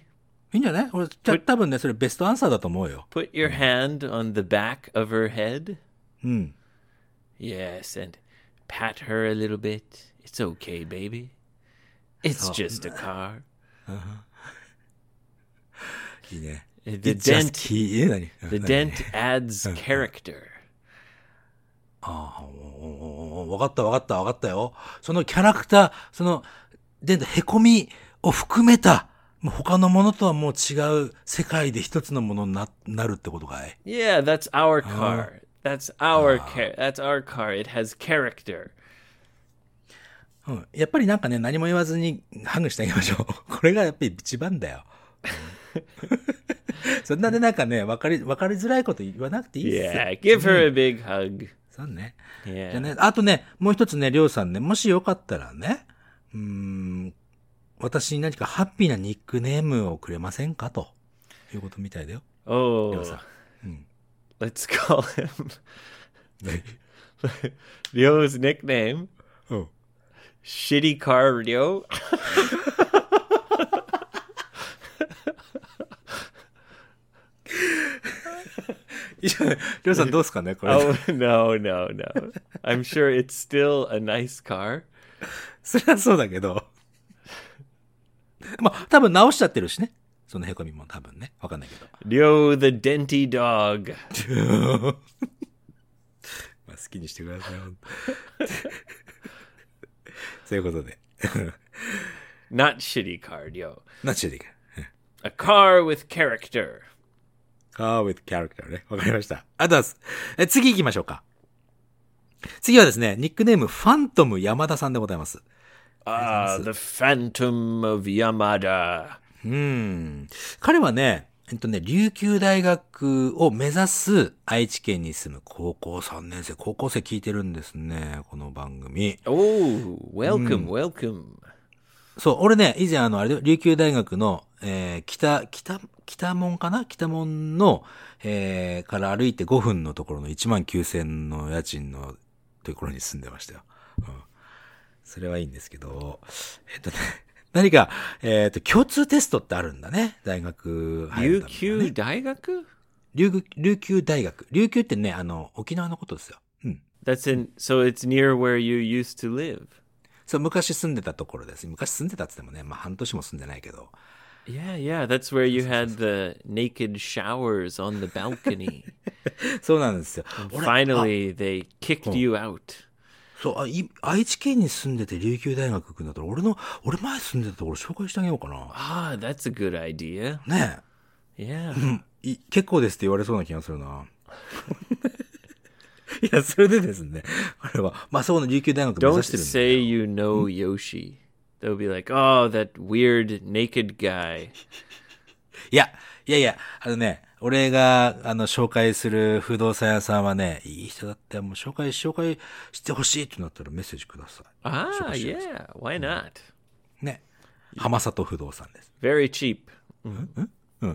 Speaker 5: いいんじゃない俺、じゃ多分ね、それベストアンサーだと思うよ。
Speaker 4: Put your hand on the back of her head.
Speaker 5: うん。
Speaker 4: Yes, and pat her a little bit. It's okay, baby. It's
Speaker 5: Oh.
Speaker 4: just a car.
Speaker 5: いいね。
Speaker 4: The
Speaker 5: It's just
Speaker 4: dent-
Speaker 5: key- え何
Speaker 4: The dent
Speaker 5: 何
Speaker 4: adds character.
Speaker 5: ああ、おおおおわかったわかったわかったよ。そのキャラクター、その、で、へこみを含めた、もう他のものとはもう違う世界で一つのものにな、なるってことかい
Speaker 4: Yeah, that's our car. That's our car. That's our car. It has character.
Speaker 5: うん。やっぱりなんかね、何も言わずにハグしてあげましょう。これがやっぱり一番だよ。そんなでなんかね、わかり、わかりづらいこと言わなくていいっす。
Speaker 4: Yeah, give her a big hug.
Speaker 5: そうね。じゃあ
Speaker 4: Yeah.
Speaker 5: ね、あとね、もう一つね、りょうさんね、もしよかったらね、うーん、私に何かハッピーなニックネームをくれませんかということみたいだよ。りょうさ
Speaker 4: Oh,
Speaker 5: ん。
Speaker 4: let's call him Ryo's nickname.
Speaker 5: Oh.
Speaker 4: Shitty car Ryo.
Speaker 5: いやりょうさんどうですかねこれ。
Speaker 4: Oh no, no, no. I'm sure it's still a nice car.
Speaker 5: それはそうだけど。 まあ、多分直しちゃってるしね。そのへこみも多分ね。わかんないけど。
Speaker 4: Ryo the denty dog.
Speaker 5: まあ、好きにしてください。 そういうことで。
Speaker 4: Not shitty car Ryo.
Speaker 5: ナチュラル
Speaker 4: A car with character.
Speaker 5: カー with character ね。わかりました。あとは、え次行きましょうか。次はですね、ニックネーム、ファントム山田さんでございます。
Speaker 4: Ah, the phantom of Yamada.
Speaker 5: うん。彼はね、えっとね、琉球大学を目指す愛知県に住む高校3年生、高校生聞いてるんですね、この番組。
Speaker 4: Oh, welcome, welcome.
Speaker 5: そう、俺ね、以前あの、あれだよ琉球大学の、えー北、北、北門かな北門の、えーから歩いて5分のところの1万9000の家賃のところに住んでましたよ。うん。それはいいんですけど、えっとね、 何か、えっ、と、共通テストってあるんだね。大学入る
Speaker 4: 琉
Speaker 5: ためのね
Speaker 4: 球大学
Speaker 5: 琉球琉球大学。琉球ってね、あの、沖縄のことですよ。うん。
Speaker 4: That's in. So it's near where you used to live.
Speaker 5: そう、昔住んでたところです。昔住んでたって言ってもね、まあ半年も住んでないけど。
Speaker 4: Yeah, yeah. That's where you had the naked showers on the balcony.
Speaker 5: そうなん ですよ。俺
Speaker 4: Finally, they kicked you out.
Speaker 5: そう、あ、い、愛知県に住んでて琉球大学行くんだったら、俺の、俺前住んでたところ紹介してあげようかな。
Speaker 4: Ah, that's a good idea.
Speaker 5: ね
Speaker 4: Yeah.
Speaker 5: え。い結構ですって言われそうな気がするな。 いや、それでですね、彼は、まあ、そうの琉球大学目
Speaker 4: Don't
Speaker 5: 指してるんで。
Speaker 4: say you know Yoshi. They'll be like, "Oh, that weird naked guy."
Speaker 5: いや、いやいや、あのね、俺が、あの、紹介する不動産屋さんはね、いい人だって、もう紹介、紹介してほしいってなったらメッセージくださ
Speaker 4: Ah, yeah. Why not?
Speaker 5: い。ね。浜里不動産です。
Speaker 4: Very cheap.
Speaker 5: うん。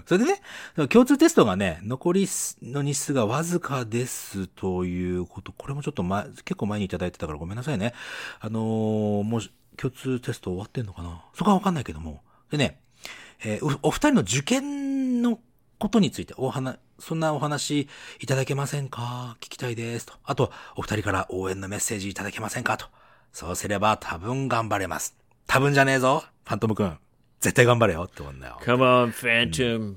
Speaker 5: それでね、共通テストがね、残りの日数がわずかですということ、これもちょっと前、結構前にいただいてたからごめんなさいね。あのーもう共通テスト終わってんのかなそこはわかんないけども。でね、えーおお二人の受験のことについてお話、そんなお話いただけませんか聞きたいですと。あと、お二人から応援のメッセージいただけませんかと。そうすれば多分頑張れます。多分じゃねえぞ、ファントム君。絶対頑張れよって思うんだよ。
Speaker 4: Come on, Phantom.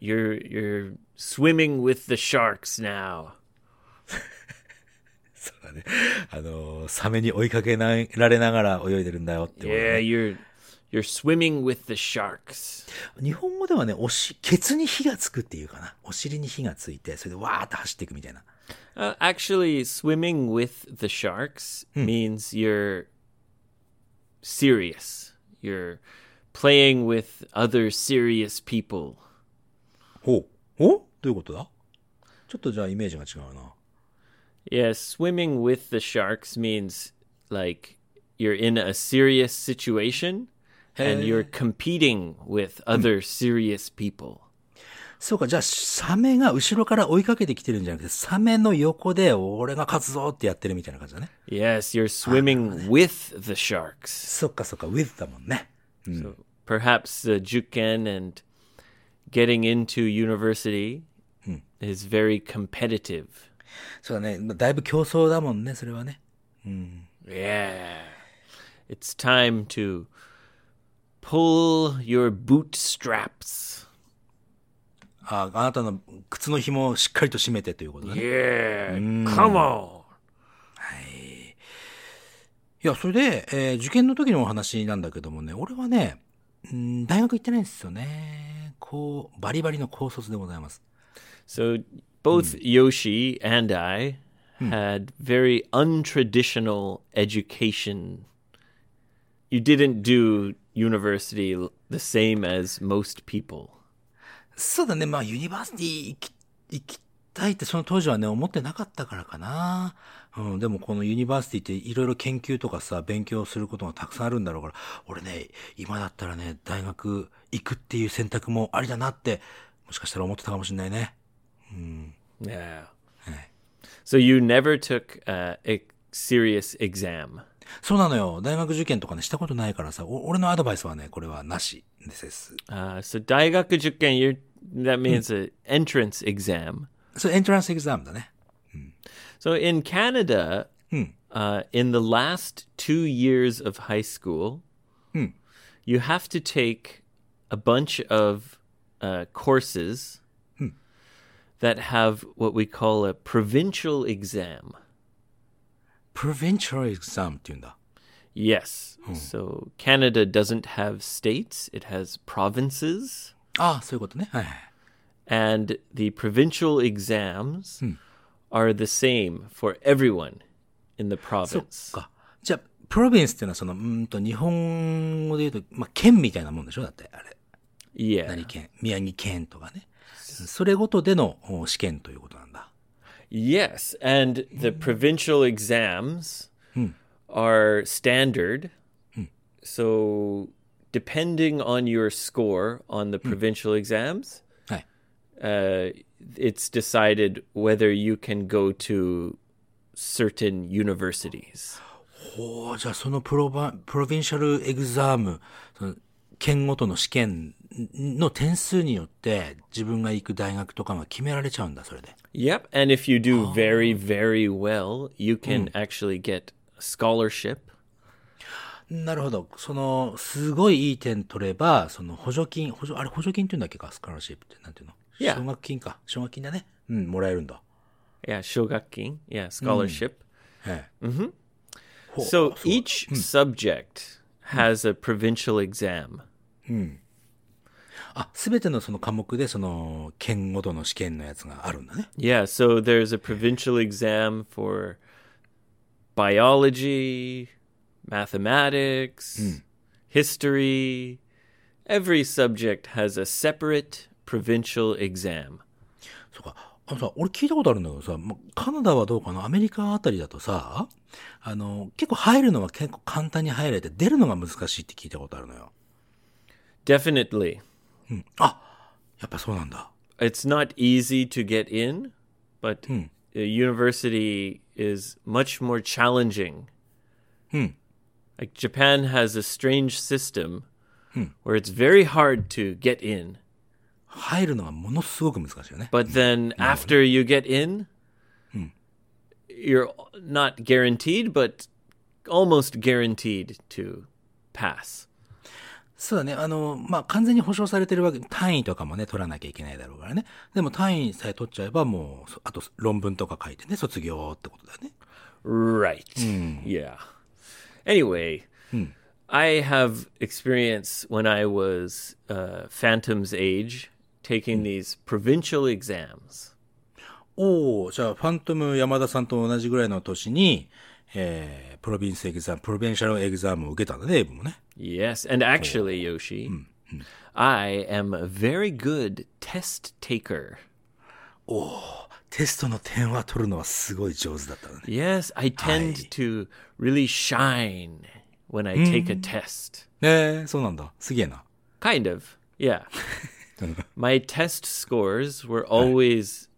Speaker 4: You're you're swimming with the sharks now.
Speaker 5: そうだね。あのーサメに追いかけなられながら泳いでるんだよってことね
Speaker 4: Yeah, you're you're swimming with the sharks.
Speaker 5: 日本語ではね、おし、ケツに火がつくっていうかな。お尻に火がついて、それでわーって走っていくみたいな。
Speaker 4: Uh, actually, swimming with the sharks means you're serious. You're playing with other serious people.
Speaker 5: ほう。おどういうことだちょっとじゃあイメージが違うな。
Speaker 4: Yeah, swimming with the sharks means like you're in a serious situation and you're competing with other serious people.
Speaker 5: そうか、じゃあ、サメが後ろから追いかけてきてるんじゃなくて、サメの横で俺が勝つぞってやってるみたいな感じだね。
Speaker 4: Yes, you're swimming with the sharks.
Speaker 5: そっかそっか、with だもんね。
Speaker 4: So perhaps uh, Juken and getting into university is very competitive.
Speaker 5: そうだね、だいぶ競争だもんね、それはね。
Speaker 4: Yeah. It's time to pull your bootstraps.
Speaker 5: ああなたの靴の紐をしっかりと締めてということだね。
Speaker 4: Yeah. Come on.
Speaker 5: いや、それで、えー受験の時のお話なんだけどもね、俺はね、うん大学行ってないんですよね。こう、バリバリの高卒でございます。
Speaker 4: So both Yoshi and I had very untraditional education. You didn't do university l- the same as most people.
Speaker 5: そうだね。まあ、ユニバーシティ行き、行きたいってその当時はね、思ってなかったからかな。うん、でもこのユニバーシティっていろいろ研究とかさ、勉強することがたくさんあるんだろうから、俺ね、今だったらね、大学行くっていう選択もありだなって、もしかしたら思ってたかもしれないね。
Speaker 4: Yeah. So you never took uh, a serious exam.
Speaker 5: そうなのよ。大学受験とかね、したことないからさ、お俺のアドバイスはね、これはなしです。
Speaker 4: Uh, so 大学受験 you that means an entrance exam.
Speaker 5: それエントランスエグザムだね。
Speaker 4: So in Canada, uh, in the last two years of high school, you have to take a bunch of uh, courses that have what we call a provincial exam.
Speaker 5: provincial exam って言うんだ。
Speaker 4: Yes. So Canada doesn't have states, it has provinces.
Speaker 5: ああ、そういうことね。はいはい。
Speaker 4: And the provincial exams are the same for everyone in the
Speaker 5: そっ
Speaker 4: province.
Speaker 5: か。じゃあ、プロビンスっていうのはその、うーんと、日本語で言うと、まあ、県みたいなもんでしょだって、あれ。
Speaker 4: Yeah.
Speaker 5: 何県宮城県とかね。それごとでのお試験ということなんだ。
Speaker 4: Yes, and the provincial exams are standard. So, depending on your score on the provincial exams,
Speaker 5: はい。
Speaker 4: uh, it's decided whether you can go to certain universities.
Speaker 5: おーじゃあそのプロバ、プロビンシャルエグザム、その、県ごとの試験の点数によって、自分が行く大学とかが決められちゃうんだ、それで。
Speaker 4: Yep, and if you do very, very well, you can actually get a scholarship.
Speaker 5: なるほど。その、すごいいい点取れば、その補助金、補助、あれ補助金って言うんだっけかスカラシップって、なんていうの
Speaker 4: いや
Speaker 5: 奨学金か。奨学金だね。うん、もらえるんだ。
Speaker 4: Yeah, shogakin. Yeah, scholarship.
Speaker 5: ええ。ほう
Speaker 4: So each subject has a provincial exam.
Speaker 5: あ、すべてのその科目で、その、県ごとの試験のやつがあるんだね。
Speaker 4: Yeah, so there's a provincial exam for biology, mathematics, history. Every subject has a separate provincial exam.
Speaker 5: そうか。あのさ、俺聞いたことあるんだけどさ、まカナダはどうかなアメリカあたりだとさ、あの、結構入るのは結構簡単に入れて、出るのが難しいって聞いたことあるのよ。
Speaker 4: Definitely.
Speaker 5: やっぱそうなんだ。
Speaker 4: It's not easy to get in, but uh, university is much more challenging. Like Japan has a strange system where it's very hard to get in,
Speaker 5: 入るのがものすごく難しいよね。
Speaker 4: but then after you get in, you're not guaranteed, but almost guaranteed to pass.
Speaker 5: そうだね。あの、まあ、完全に保証されてるわけ、単位とかもね、取らなきゃいけないだろうからね。でも単位さえ取っちゃえば、もう、そあと論文とか書いてね、卒業ってことだよね。
Speaker 4: Right. Yeah. Anyway, I have experience when I was uh, Phantom's age taking these provincial exams.
Speaker 5: おおじゃあ、ファントム山田さんと同じぐらいの年に、えー、プロビンスエグザム、プロビンシャルエグザムを受けたんだね、エイブもね。
Speaker 4: Yes, and actually, Yoshi, I am a very good test taker.
Speaker 5: テストの点は取るのはすごい上手だったのね。
Speaker 4: Yes, I tend to really shine when I take a test.
Speaker 5: えー、そうなんだ。すげえな。
Speaker 4: Kind of. Yeah. my test scores were always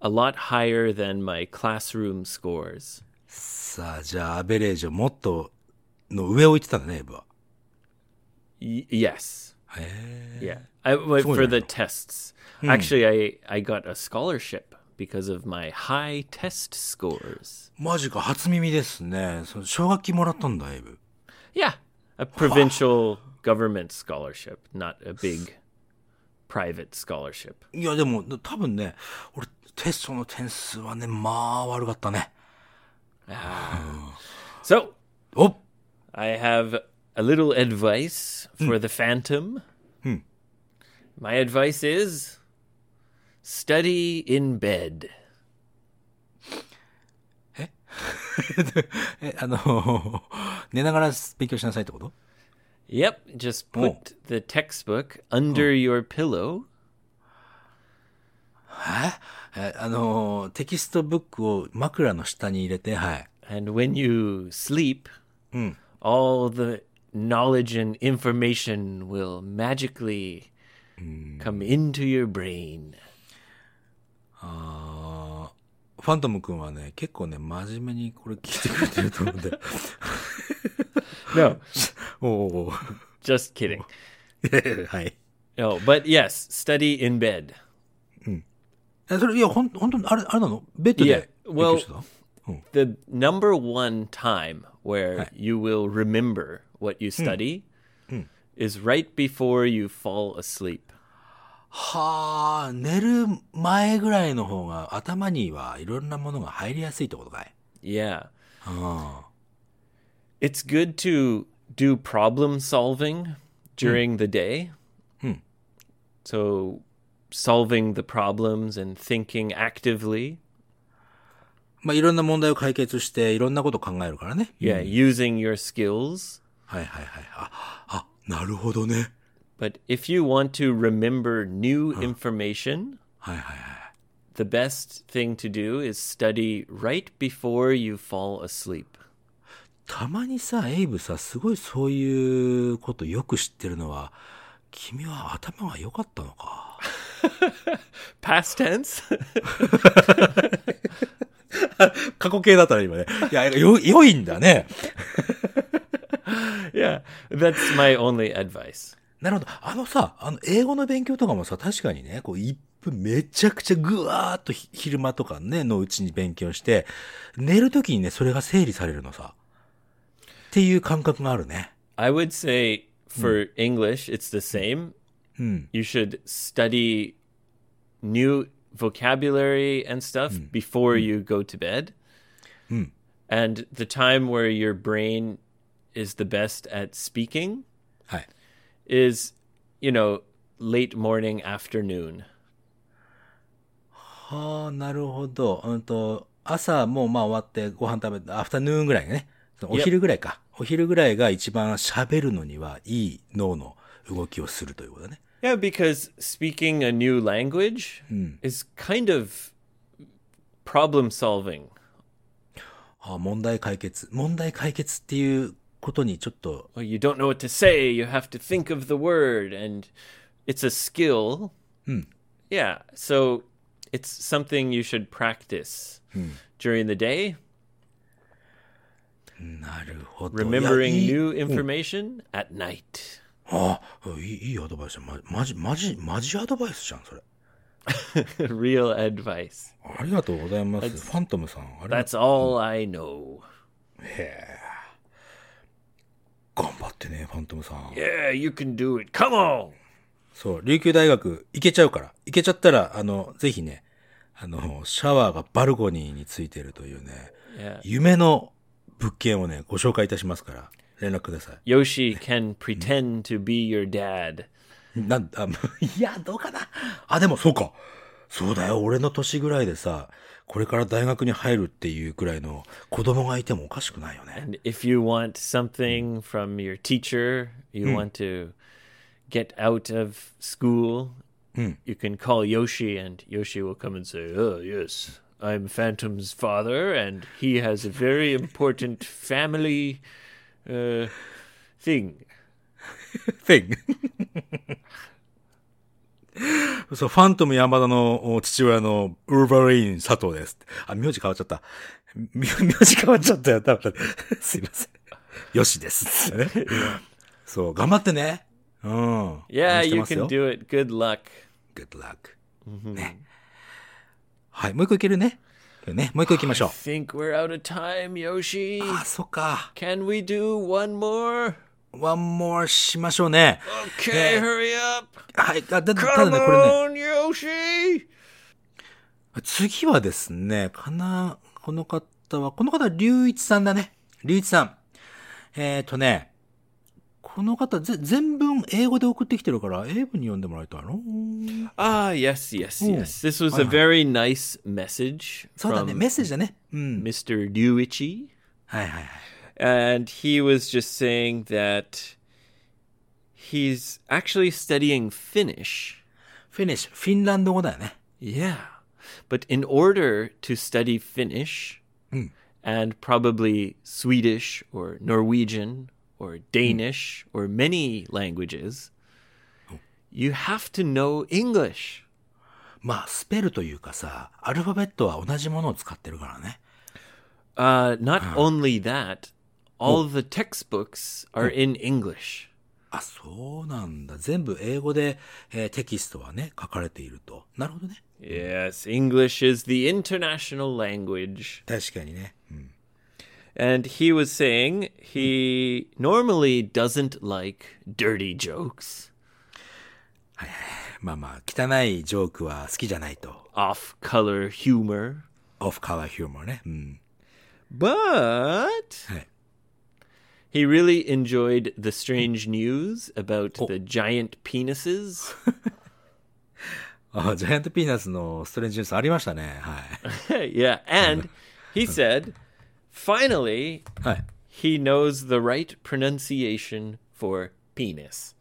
Speaker 4: a lot higher than my classroom scores.
Speaker 5: さあ、じゃあ、アベレージをもっとの上を行ってたんだね、エブは。
Speaker 4: Y- yes.
Speaker 5: へ
Speaker 4: Yeah. I, well,
Speaker 5: Sure.
Speaker 4: for the tests. Actually, I, I got a scholarship because of my high test scores.
Speaker 5: え。マジか、初耳ですね。その奨学金もらったんだ、エブ。
Speaker 4: Yeah. A provincial government scholarship, not a big private scholarship.
Speaker 5: いや、でも、多分ね、俺、テストの点数はね、まあ、悪かったね。
Speaker 4: So,
Speaker 5: おっ
Speaker 4: I have a little advice for the phantom. My advice is study in bed.
Speaker 5: え、あの、寝ながら勉強しなさいってこと
Speaker 4: Yep, just put the textbook under your pillow.
Speaker 5: え、あの、テキストブックを枕の下に入れて、はい。
Speaker 4: And when you sleep, all the knowledge and information will magically come into your brain.
Speaker 5: あーファントム君はね、結構ね、真面目にこれ聞いてくれてると思うんで。
Speaker 4: No,
Speaker 5: おおお
Speaker 4: just kidding.
Speaker 5: はい。
Speaker 4: No, but yes, study in bed.
Speaker 5: え、それ、いや、ほん、本当に、あれ、あれなのベッド
Speaker 4: いや
Speaker 5: で勉強してた、
Speaker 4: the number one time where you will remember what you study is right before you fall asleep.
Speaker 5: はあ、寝る前ぐらいの方が頭にはいろんなものが入りやすいってことかい
Speaker 4: Yeah. It's good to do problem solving during the day. So, solving the problems and thinking actively.
Speaker 5: まあ、いろんな問題を解決して、いろんなこと考えるからね。
Speaker 4: Yeah, using your skills.
Speaker 5: はいはいはい。あ、あ、なるほどね。
Speaker 4: But if you want to remember new information,
Speaker 5: はいはいはい。
Speaker 4: the best thing to do is study right before you fall asleep.
Speaker 5: たまにさ、エイブさ、すごいそういうことよく知ってるのは、君は頭が良かったのか。
Speaker 4: Past tense?
Speaker 5: 過去形だったら今ね。いや、よ、良いんだね。
Speaker 4: yeah, that's my only advice.
Speaker 5: なるほど。あのさ、あの、英語の勉強とかもさ、確かにね、こう、一分、めちゃくちゃぐわーっとひ昼間とかね、のうちに勉強して、寝るときにね、それが整理されるのさ。っていう感覚があるね。
Speaker 4: I would say for English, it's the same. You should study new vocabulary and stuff before you go to bed. And the time where your brain is the best at speaking
Speaker 5: はい。
Speaker 4: is, you know, late morning, afternoon.
Speaker 5: はあ、なるほど。うんと、朝もうまあ終わってご飯食べて、アフタヌーンぐらいね。そのお昼ぐらいか。お昼ぐらいが一番喋るのにはいい脳の動きをするということだね。
Speaker 4: Yeah, because speaking a new language is kind of problem solving.
Speaker 5: あ問題解決。問題解決っていうことにちょっと、
Speaker 4: Well, you don't know what to say, you have to think of the word, and it's a skill. Yeah, so it's something you should practice during the day,
Speaker 5: なるほど。
Speaker 4: remembering
Speaker 5: いやいい
Speaker 4: new information at night.
Speaker 5: あいい、いいアドバイスじゃん。まマジ、マジ、マジアドバイスじゃん、それ。
Speaker 4: Real advice.
Speaker 5: ありがとうございます。ファントムさん、ありがと
Speaker 4: That's all I know.
Speaker 5: う。頑張ってね、ファントムさん。
Speaker 4: Yeah, you can do it. Come on!
Speaker 5: そう、琉球大学行けちゃうから。行けちゃったら、あの、ぜひね、あの、シャワーがバルコニーについてるというね、
Speaker 4: Yeah.
Speaker 5: 夢の物件をね、ご紹介いたしますから、連絡ください。
Speaker 4: Yoshi can pretend to be your dad.
Speaker 5: なんあ、 いや、どうかな。あ、でもそうか。そうだよ、俺の年ぐらいでさ、これから大学に入るっていうくらいの子供がいてもおかしくないよね。
Speaker 4: And if you want something from your teacher, you want to get out of school,
Speaker 5: Mm.
Speaker 4: you can call Yoshi, and Yoshi will come and say, "Oh yes, I'm Phantom's father, and he has a very important family uh, thing."
Speaker 5: thing. そう、ファントム山田のお父親のウーバリーン佐藤です。あ、名字変わっちゃった。み名字変わっちゃったよ、多分。すいません。よしです。ねそう、頑張ってね。うん。
Speaker 4: Yeah,
Speaker 5: 応援して
Speaker 4: you
Speaker 5: ます
Speaker 4: can
Speaker 5: よ
Speaker 4: do it. Good luck.
Speaker 5: Good luck. ね。はい、もう一個いけるね。ね、もう一個いきまし
Speaker 4: I
Speaker 5: ょ
Speaker 4: think we're out of time, Yoshi.
Speaker 5: う。あ、そっか。
Speaker 4: Can we do one more?
Speaker 5: ワンモアしましょうね。
Speaker 4: Okay,
Speaker 5: Yeah.
Speaker 4: hurry up.
Speaker 5: はい、あだただ
Speaker 4: Come
Speaker 5: ね、これね。
Speaker 4: on, Yoshi.
Speaker 5: 次はですね、かな、この方は、この方は龍一さんだね。龍一さん。えっ、ー、とね、この方ぜ、全文英語で送ってきてるから、英文に読んでもらいたいの
Speaker 4: Ah, yes, yes,
Speaker 5: Oh.
Speaker 4: yes. This was a
Speaker 5: Hi, hi.
Speaker 4: very nice message
Speaker 5: そうだ
Speaker 4: from
Speaker 5: ね、メッセージだね。うん。
Speaker 4: Mr. Ryuichi.
Speaker 5: はいはいはい。
Speaker 4: And he was just saying that he's actually studying Finnish.
Speaker 5: フィニッシュ、フィンランド語だよね。
Speaker 4: Yeah. But in order to study Finnish and probably Swedish or Norwegian or Danish or many languages, you have to know English.
Speaker 5: まあ、スペルというかさ、アルファベットは同じものを使ってるからね。
Speaker 4: Uh, not only that, all the textbooks are in English.
Speaker 5: あ、そうなんだ。全部英語で、えーテキストはね、書かれていると。なるほどね。
Speaker 4: Yes, English is the international language.
Speaker 5: 確かにね。うん。
Speaker 4: And he was saying he normally doesn't like dirty jokes,
Speaker 5: まあまあ、汚いジョークは好きじゃないと。
Speaker 4: off color humor,
Speaker 5: オフカラーヒューモーね。うん。
Speaker 4: but
Speaker 5: はい。
Speaker 4: he really enjoyed the strange news about the giant penises.
Speaker 5: あ、ジャイアントピーナッツのストレンジニュースありましたね。は
Speaker 4: yeah, and he said finally
Speaker 5: い。 はい。
Speaker 4: he knows the right pronunciation for penis.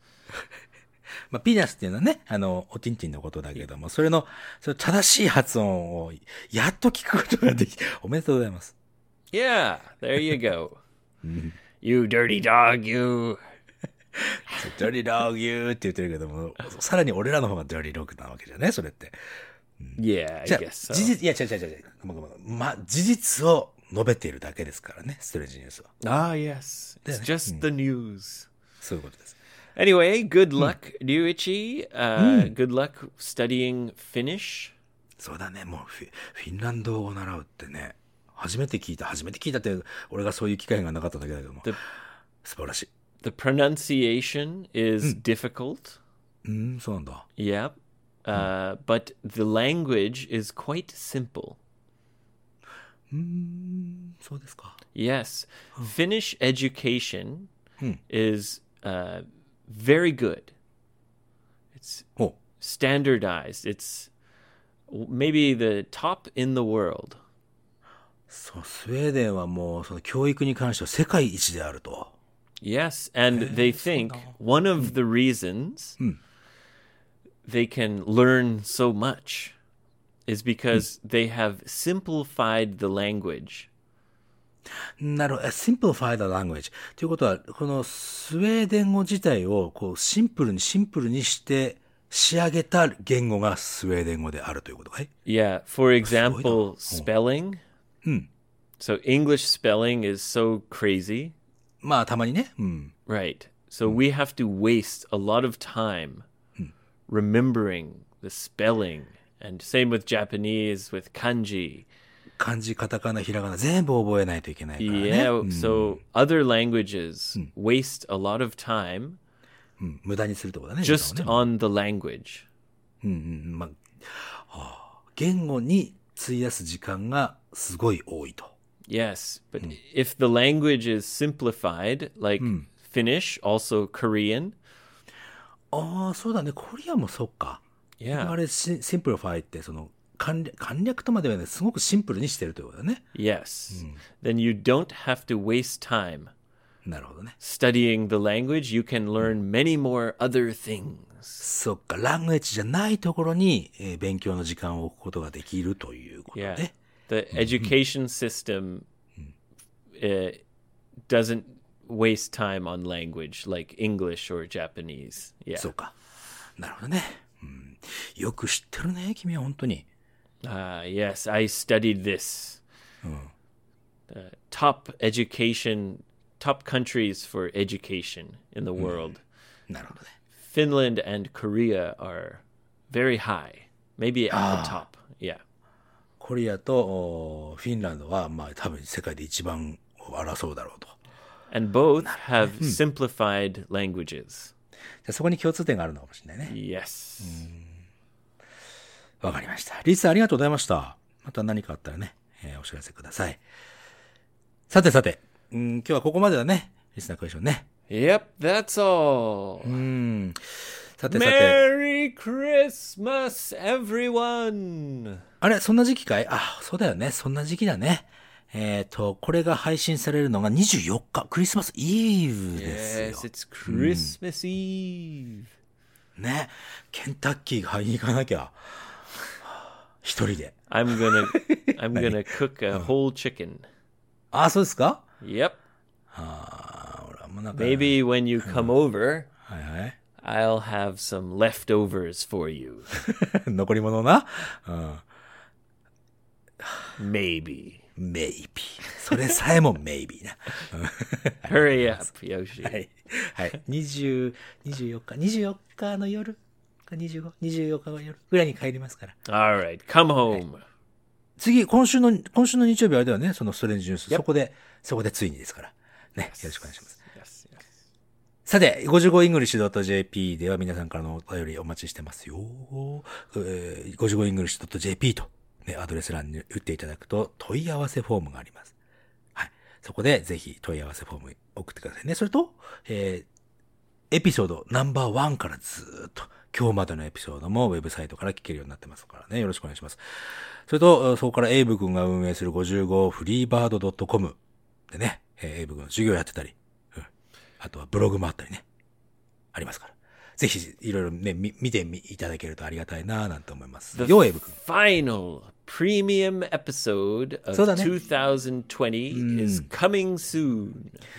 Speaker 5: まあ、ピーナッツっていうのはね、あの、おちんちんのことだけども、それの、その正しい発音を、やっと聞くことができ、おめでとうございます。
Speaker 4: Yeah, there you go. you dirty dog, you.
Speaker 5: そう dirty dog you って言ってるけども、さらに俺らの方が dirty dog なわけじゃね、それって。
Speaker 4: Yeah, I
Speaker 5: じゃあ
Speaker 4: guess so.
Speaker 5: 事実、いや、違う違う違う違う。ごめんごめん。まあ、事実を述べているだけですからね、ストレンジニュースは。
Speaker 4: Ah, yes. It's just the news.
Speaker 5: そういうことです。
Speaker 4: Anyway, good luck, Ryuichi. Uh, Good luck studying Finnish.
Speaker 5: そうだね、もうフィフィンランド語を習うってね、初めて聞いた、初めて聞いたって、俺がそういう機会がなかっただけだけども
Speaker 4: で、
Speaker 5: 素晴らしい。
Speaker 4: The pronunciation is difficult.
Speaker 5: うーん、そうなんだ。
Speaker 4: Yep. Uh, But the language is quite simple.
Speaker 5: うーん、そうですか。
Speaker 4: Yes. Finnish education is uh, very good. It's
Speaker 5: お
Speaker 4: standardized. It's maybe the top in the world.
Speaker 5: そう、スウェーデンはもう、その教育に関しては世界一であると。
Speaker 4: Yes, and they think one of the reasons they can learn so much is because they have simplified the language.
Speaker 5: なるほど、え simplified language。ということは、このスウェーデン語自体を、こう、シンプルにシンプルにして、仕上げた言語がスウェーデン語であるということかい
Speaker 4: Yeah, for example, spelling. So English spelling is so crazy,
Speaker 5: まあ、たまにね。うん。
Speaker 4: right? So we have to waste a lot of time remembering the spelling. And same with Japanese with kanji.
Speaker 5: 漢字、カタカナ、ひらがな、全部覚えないといけないからね。
Speaker 4: Yeah, so other languages waste a lot of time
Speaker 5: 無駄にするってことだね。
Speaker 4: just
Speaker 5: 時間をね
Speaker 4: on the language.
Speaker 5: うんまあ、はあ言語に費やす時間がすごい多いと。
Speaker 4: Yes, but if the language is simplified, like Finnish, also Korean,
Speaker 5: ああ、そうだね。コリアもそっか。あ
Speaker 4: yeah,
Speaker 5: れ、シシンプルファイって、その、簡略簡略とまではね、すごくシンプルにしてるということだね。
Speaker 4: yes, then you don't have to waste time
Speaker 5: なるほどね。
Speaker 4: studying the language, you can learn many more other things.
Speaker 5: そっか、ラングエッジじゃないところに、えー勉強の時間を置くことができるということ
Speaker 4: Yeah.
Speaker 5: で。
Speaker 4: The education system uh, doesn't waste time on language like English or Japanese. Yeah.
Speaker 5: そうか。なるほどね、うん。よく知ってるね、君は本当に。
Speaker 4: Ah, yes, I studied this. Uh, top education, top countries for education in the world.
Speaker 5: なるほどね。
Speaker 4: Finland and Korea are very high, maybe at the top. Yeah.
Speaker 5: コリアとおーフィンランドは、まあ多分世界で一番を争うだろうと。
Speaker 4: And both have simplified languages.
Speaker 5: じゃあそこに共通点があるのかもしれないね。
Speaker 4: Yes.
Speaker 5: わかりました。リースさんありがとうございました。また何かあったらね、えーお知らせください。さてさて、うん、今日はここまでだね。リスナークエスチョンね。
Speaker 4: Yep, that's all.
Speaker 5: うん。さてさて、
Speaker 4: Merry Christmas, everyone.
Speaker 5: あれ、そんな時期かいあ、そうだよね。そんな時期だね。えっ、と、これが配信されるのが24日、クリスマスイーブですよ。
Speaker 4: Yes, Mm. it's Christmas Eve.
Speaker 5: ね。ケンタッキー買いに行かなきゃ。はあ一人で。
Speaker 4: I'm gonna I'm gonna cook a Oh. whole chicken.
Speaker 5: あ、そうですか
Speaker 4: Yep.
Speaker 5: あーほら、もうなんか。
Speaker 4: Maybe when you come over,
Speaker 5: はいはい。
Speaker 4: I'll have some leftovers for you.
Speaker 5: 残り物な。うん。
Speaker 4: Maybe.
Speaker 5: maybe. それさえも maybe な。
Speaker 4: Hurry up, Yoshi.
Speaker 5: はい。はい。20、24日、24日の夜か25、24日の夜ぐらいに帰りますから。
Speaker 4: All right, come home.
Speaker 5: 次、今週の、今週の日曜日あれだよね、そのストレンジニュース。そこで、そこでついにですから。ね、よろしくお願いします。
Speaker 4: Yes, yes.
Speaker 5: さて、55 english .jp では皆さんからのお便りお待ちしてますよ。えー、55 english .jp と、ね、アドレス欄に打っていただくと問い合わせフォームがあります。はい。そこでぜひ問い合わせフォーム送ってくださいね。それと、えー、エピソードナンバーワンからずーっと、今日までのエピソードもウェブサイトから聞けるようになってますからね。よろしくお願いします。それと、そこからエイブ君が運営する55フリーバード .com でね、えーエイブ君の授業やってたり、うんあとはブログもあったりね。ありますから。ぜひ、いろいろね、み見てみいただけるとありがたいなぁなんて思います。よう、エイブ君。
Speaker 4: Final premium episode of
Speaker 5: そうだね。
Speaker 4: 2020 is coming soon.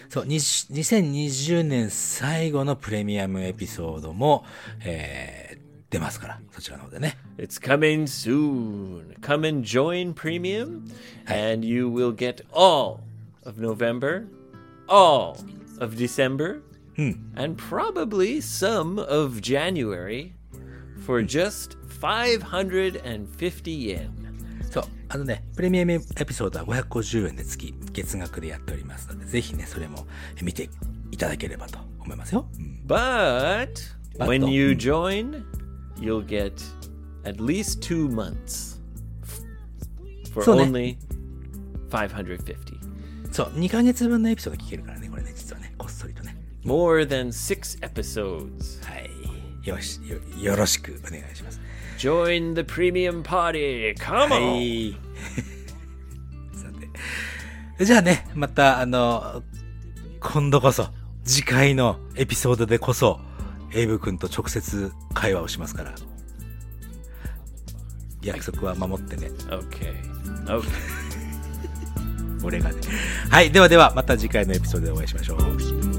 Speaker 5: そう、にし2020年最後のプレミアムエピソードも、えー、出ますから、そちらの方でね。
Speaker 4: It's coming soon. Come and join premium, and you will get all of November, all of December, and probably some of January for just 550 yen.
Speaker 5: そう、あのね、プレミアムエピソードは550円で月、月額でやっておりますので、ぜひね、それも見ていただければと思いますよ。うん、
Speaker 4: But when
Speaker 5: But-
Speaker 4: you join, you'll get at least two months f- for
Speaker 5: そうね。
Speaker 4: only 550.
Speaker 5: そう、2ヶ月分のエピソード聞けるからね、これね、実はね、こっそりとね。
Speaker 4: More than six episodes.
Speaker 5: はい。よし、よ、よろしくお願いします。
Speaker 4: Join the premium party. Come
Speaker 5: は
Speaker 4: on.
Speaker 5: い。 さて。じゃあね、また、あの、今度こそ、次回のエピソードでこそ、エイブ君と直接会話をしますから。約束は守ってね。
Speaker 4: Okay. Okay.
Speaker 5: 俺がね。はい。ではでは、また次回のエピソードでお会いしましょう。